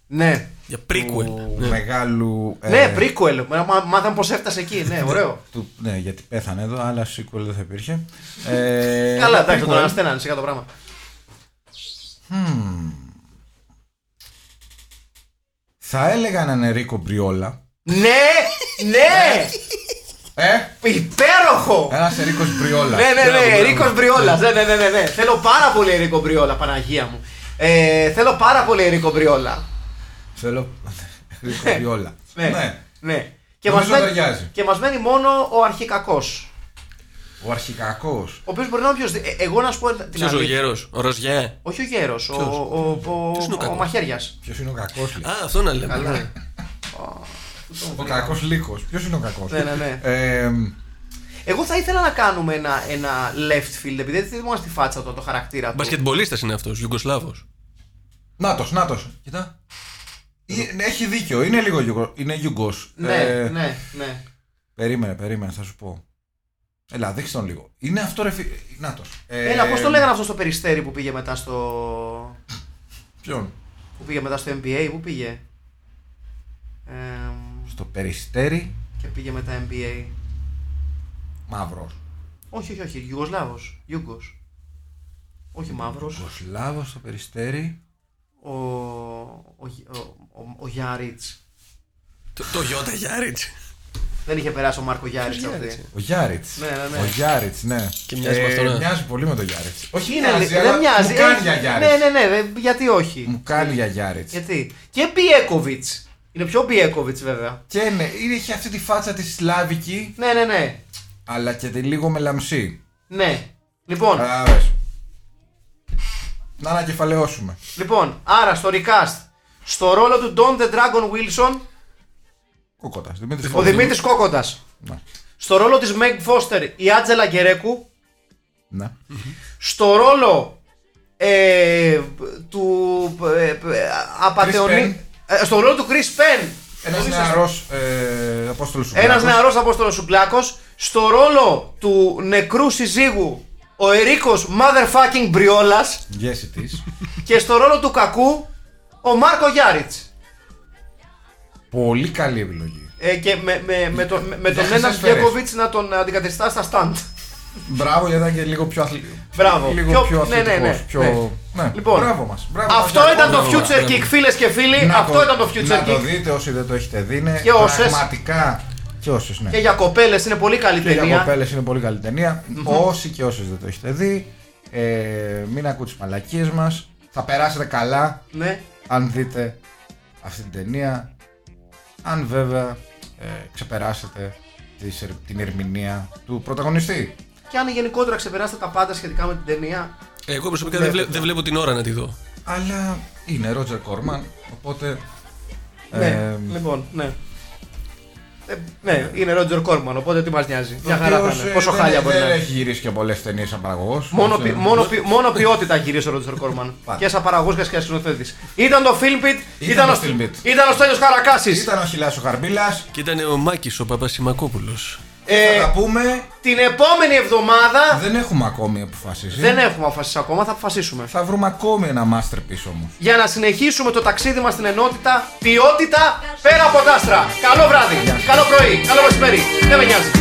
S3: Ναι.
S5: Για prequel.
S4: Του μεγάλου. ε,
S3: Ναι, prequel. Μα- μα- Μάθαμε πώς έφτασε εκεί. Ναι, ωραίο.
S4: του- ναι, γιατί πέθανε εδώ, αλλά sequel δεν θα υπήρχε. Ε,
S3: Καλά, εντάξει, τον
S4: prequel.
S3: αναστένανε σιγά το πράγμα.
S4: Θα έλεγα έναν Ερίκο Μπριόλα.
S3: Ναι, ναι!
S4: Ε,
S3: Υπέροχο!
S4: ένα Ερίκο Μπριόλας.
S3: Ναι, ναι, ναι,
S5: μπράβο.
S3: Ερίκο Μπριόλας. Ναι, ναι, ναι, ναι, ναι. Θέλω πάρα πολύ Ερίκο Μπριόλα, Παναγία μου. Ε, θέλω πάρα πολύ Ερίκο Μπριόλα.
S4: Θέλω. Ερίκο Μπριόλα.
S3: Ναι, ναι. Και
S4: Νομίζω
S3: μας
S4: ταιριάζει.
S3: και μας μένει μόνο ο αρχικακός.
S4: Ο αρχικακός.
S3: Ο οποίος μπορεί να είναι όποιος δι- ε, Εγώ να σου πω την
S5: Ποιος ο
S3: αλήθεια.
S5: γέρος, ο Ροζιέ.
S3: Όχι ο γέρος, ο, ο, ο,
S5: Ποιος είναι
S3: ο, ο
S5: ο κακός?
S3: μαχαίριας.
S4: Ποιος είναι ο κακός λέει.
S5: Α, αυτό να λέμε.
S3: Καλά.
S5: ναι.
S4: Ο κακός λύκος. Ποιος είναι ο κακός
S3: Ναι, ναι, ναι.
S4: Ε,
S3: Εγώ θα ήθελα να κάνουμε ένα, ένα left field, επειδή δεν θυμόμαστε τη φάτσα του, το χαρακτήρα του.
S5: Μπασκετμπολίστας είναι αυτός, Ιουγκοσλάβος.
S4: Νάτος, νάτος. Κοιτά. Ε, ναι, Έχει δίκιο. Είναι λίγο γιουγκο- Είναι γιουγκός.
S3: Ναι,
S4: Ε,
S3: ναι, ναι.
S4: Περίμενε, περίμενε, θα σου πω. Έλα, δείξτε τον λίγο. Είναι αυτό ρε φίλε. Νάτος. Ε,
S3: Έλα, πώς το λέγανε αυτό στο περιστέρι που πήγε μετά στο.
S4: Ποιον.
S3: που πήγε μετά στο NBA, πού πήγε. Ε,
S4: Στο περιστέρι
S3: και πήγε μετά NBA.
S4: μαύρος.
S3: Όχι, όχι, όχι, Ιουγκοσλάβο. Ιούγκο. Όχι μαύρος.
S4: Κοσλάβο στο περιστέρι.
S3: Ο, ο, Γι- ο, ο, ο Γιάριτς.
S5: Το, το Γιώτα Γιάριτ.
S3: Δεν είχε περάσει ο Μάρκο Γιάριτ
S5: Ποιος
S3: αυτή.
S5: Γιάριτς, ε?
S4: Ο Γιάριτ.
S3: Ναι, ναι, ναι.
S4: Ο Γιάριτ, ναι.
S5: Και μοιάζει με αυτό, ναι.
S4: Μοιάζει πολύ με τον Γιάριτ. Όχι,
S3: Είναι,
S4: μοιάζει,
S3: δεν
S4: αλλά
S3: μοιάζει.
S4: Μου κάνει
S3: ε,
S4: για Γιάριτ.
S3: ναι, ναι, ναι, δεν- γιατί όχι.
S4: Μου κάνει για Γιάριτ.
S3: Γιατί. Και Μπιέκοβιτ. Είναι πιο Μπιέκοβιτ βέβαια.
S4: Και ναι, είναι- έχει αυτή τη φάτσα της σλάβικη,
S3: Ναι, ναι, ναι.
S4: αλλά και τη λίγο μελαμψή.
S3: Ναι. Λοιπόν,
S4: Κατάλαβε. Να ανακεφαλαιώσουμε.
S3: λοιπόν, άρα στο recast. Στο ρόλο του Don the Dragon Wilson,
S4: Κόκοτας. Δημήτρης
S3: ο Δημήτρη Κόκοντα.
S4: Ναι.
S3: Στο ρόλο της Meg Foster, η Άτζελα Γκερέκου.
S4: ναι.
S3: Στο ρόλο ε, του ε, ε,
S4: Chris Penn.
S3: απαταιωνί... ε, στο ρόλο του Chris Penn.
S4: Ένας νεαρό ε, Απόστολος
S3: Ένας νεαρός Απόστολος Σουγκλάκο. Στο ρόλο του νεκρού συζύγου, ο Ερίκος Motherfucking Μπριόλας.
S4: Γέση τη.
S3: Και στο ρόλο του κακού ο Μάρκο Γιάριτ.
S4: Πολύ καλή επιλογή.
S3: Ε, και με, με, με, τον- με, με τον
S4: Για
S3: ένα
S4: χρυσές σφαίρες.
S3: Γκέκοβιτ να τον αντικατεστά στα στάντ.
S4: Μπράβο, γιατί ήταν και λίγο πιο αθλητικό.
S3: Μπράβο.
S4: Λίγο
S3: Πιο-
S4: πιο,
S3: ναι,
S4: αθλητικός.
S3: ναι, ναι.
S4: Πιο...
S3: Ναι.
S4: ναι.
S3: Λοιπόν,
S4: Μπράβο μας. Μπράβο μας,
S3: Αυτό
S4: Γιάννη.
S3: ήταν το
S5: μπράβο,
S3: Future
S5: μπράβο.
S3: Kick, φίλες και φίλοι.
S4: Να
S3: Ε, Αυτό ήταν το Future
S4: Να το
S3: Kick.
S4: δείτε όσοι δεν το έχετε δει. Είναι
S3: Και όσες.
S4: πραγματικά Και όσους, ναι.
S3: Και για κοπέλες είναι πολύ καλή
S4: Και για
S3: ταινία.
S4: κοπέλες είναι πολύ καλή ταινία. Όσοι και όσες δεν το έχετε δει, ε, μην ακούτε τις μαλακίες μας. Θα περάσετε καλά
S3: Ναι.
S4: αν δείτε αυτή την ταινία. Αν βέβαια ε, ξεπεράσετε τις ερ- την ερμηνεία του πρωταγωνιστή.
S3: Και αν γενικότερα ξεπεράσετε τα πάντα σχετικά με την ταινία.
S5: Εγώ προσωπικά δεν, βλέ- δεν βλέπω την ώρα να τη δω.
S4: Αλλά είναι Ρότζερ Κόρμαν, οπότε.
S3: Ναι,
S4: ε,
S3: λοιπόν, ναι. Ε, ναι, είναι Ρότζερ Κόρμαν, οπότε τι μας νοιάζει. Μια
S4: ο
S3: χαρά θα
S4: οποίος,
S3: είναι.
S4: ε,
S3: Πόσο
S4: δεν-
S3: χάλια μπορεί
S4: Δεν
S3: να είναι.
S4: έχει γυρίσει και πολλές ταινίες σαν παραγωγός.
S3: Μόνο, ποι- μόνο, ποι- μόνο ποιότητα γυρίσει ο Ρότζερ Κόρμαν.
S4: Πάμε.
S3: και σαν παραγωγός και σαν σκηνοθέτης. Ήταν το Filmpit,
S4: Ήταν
S3: ήταν,
S4: το
S3: ο-
S4: Film Pit.
S3: ήταν ο Στέλιος Χαρακάσης.
S4: Ήταν ο Χιλάς ο Χαρμπίλας.
S5: Και ήταν ο Μάκης ο Παπασημακόπουλος.
S4: Θα
S3: Ε,
S4: τα πούμε.
S3: την επόμενη εβδομάδα
S4: Δεν έχουμε ακόμη αποφασίσει.
S3: δεν έχουμε αποφασίσει ακόμα, θα αποφασίσουμε.
S4: Θα βρούμε ακόμη ένα masterpiece όμως.
S3: Για να συνεχίσουμε το ταξίδι μας στην ενότητα, ποιότητα πέρα από τα άστρα. Καλό βράδυ, καλό πρωί, καλό μεσημέρι. Δεν με νοιάζει.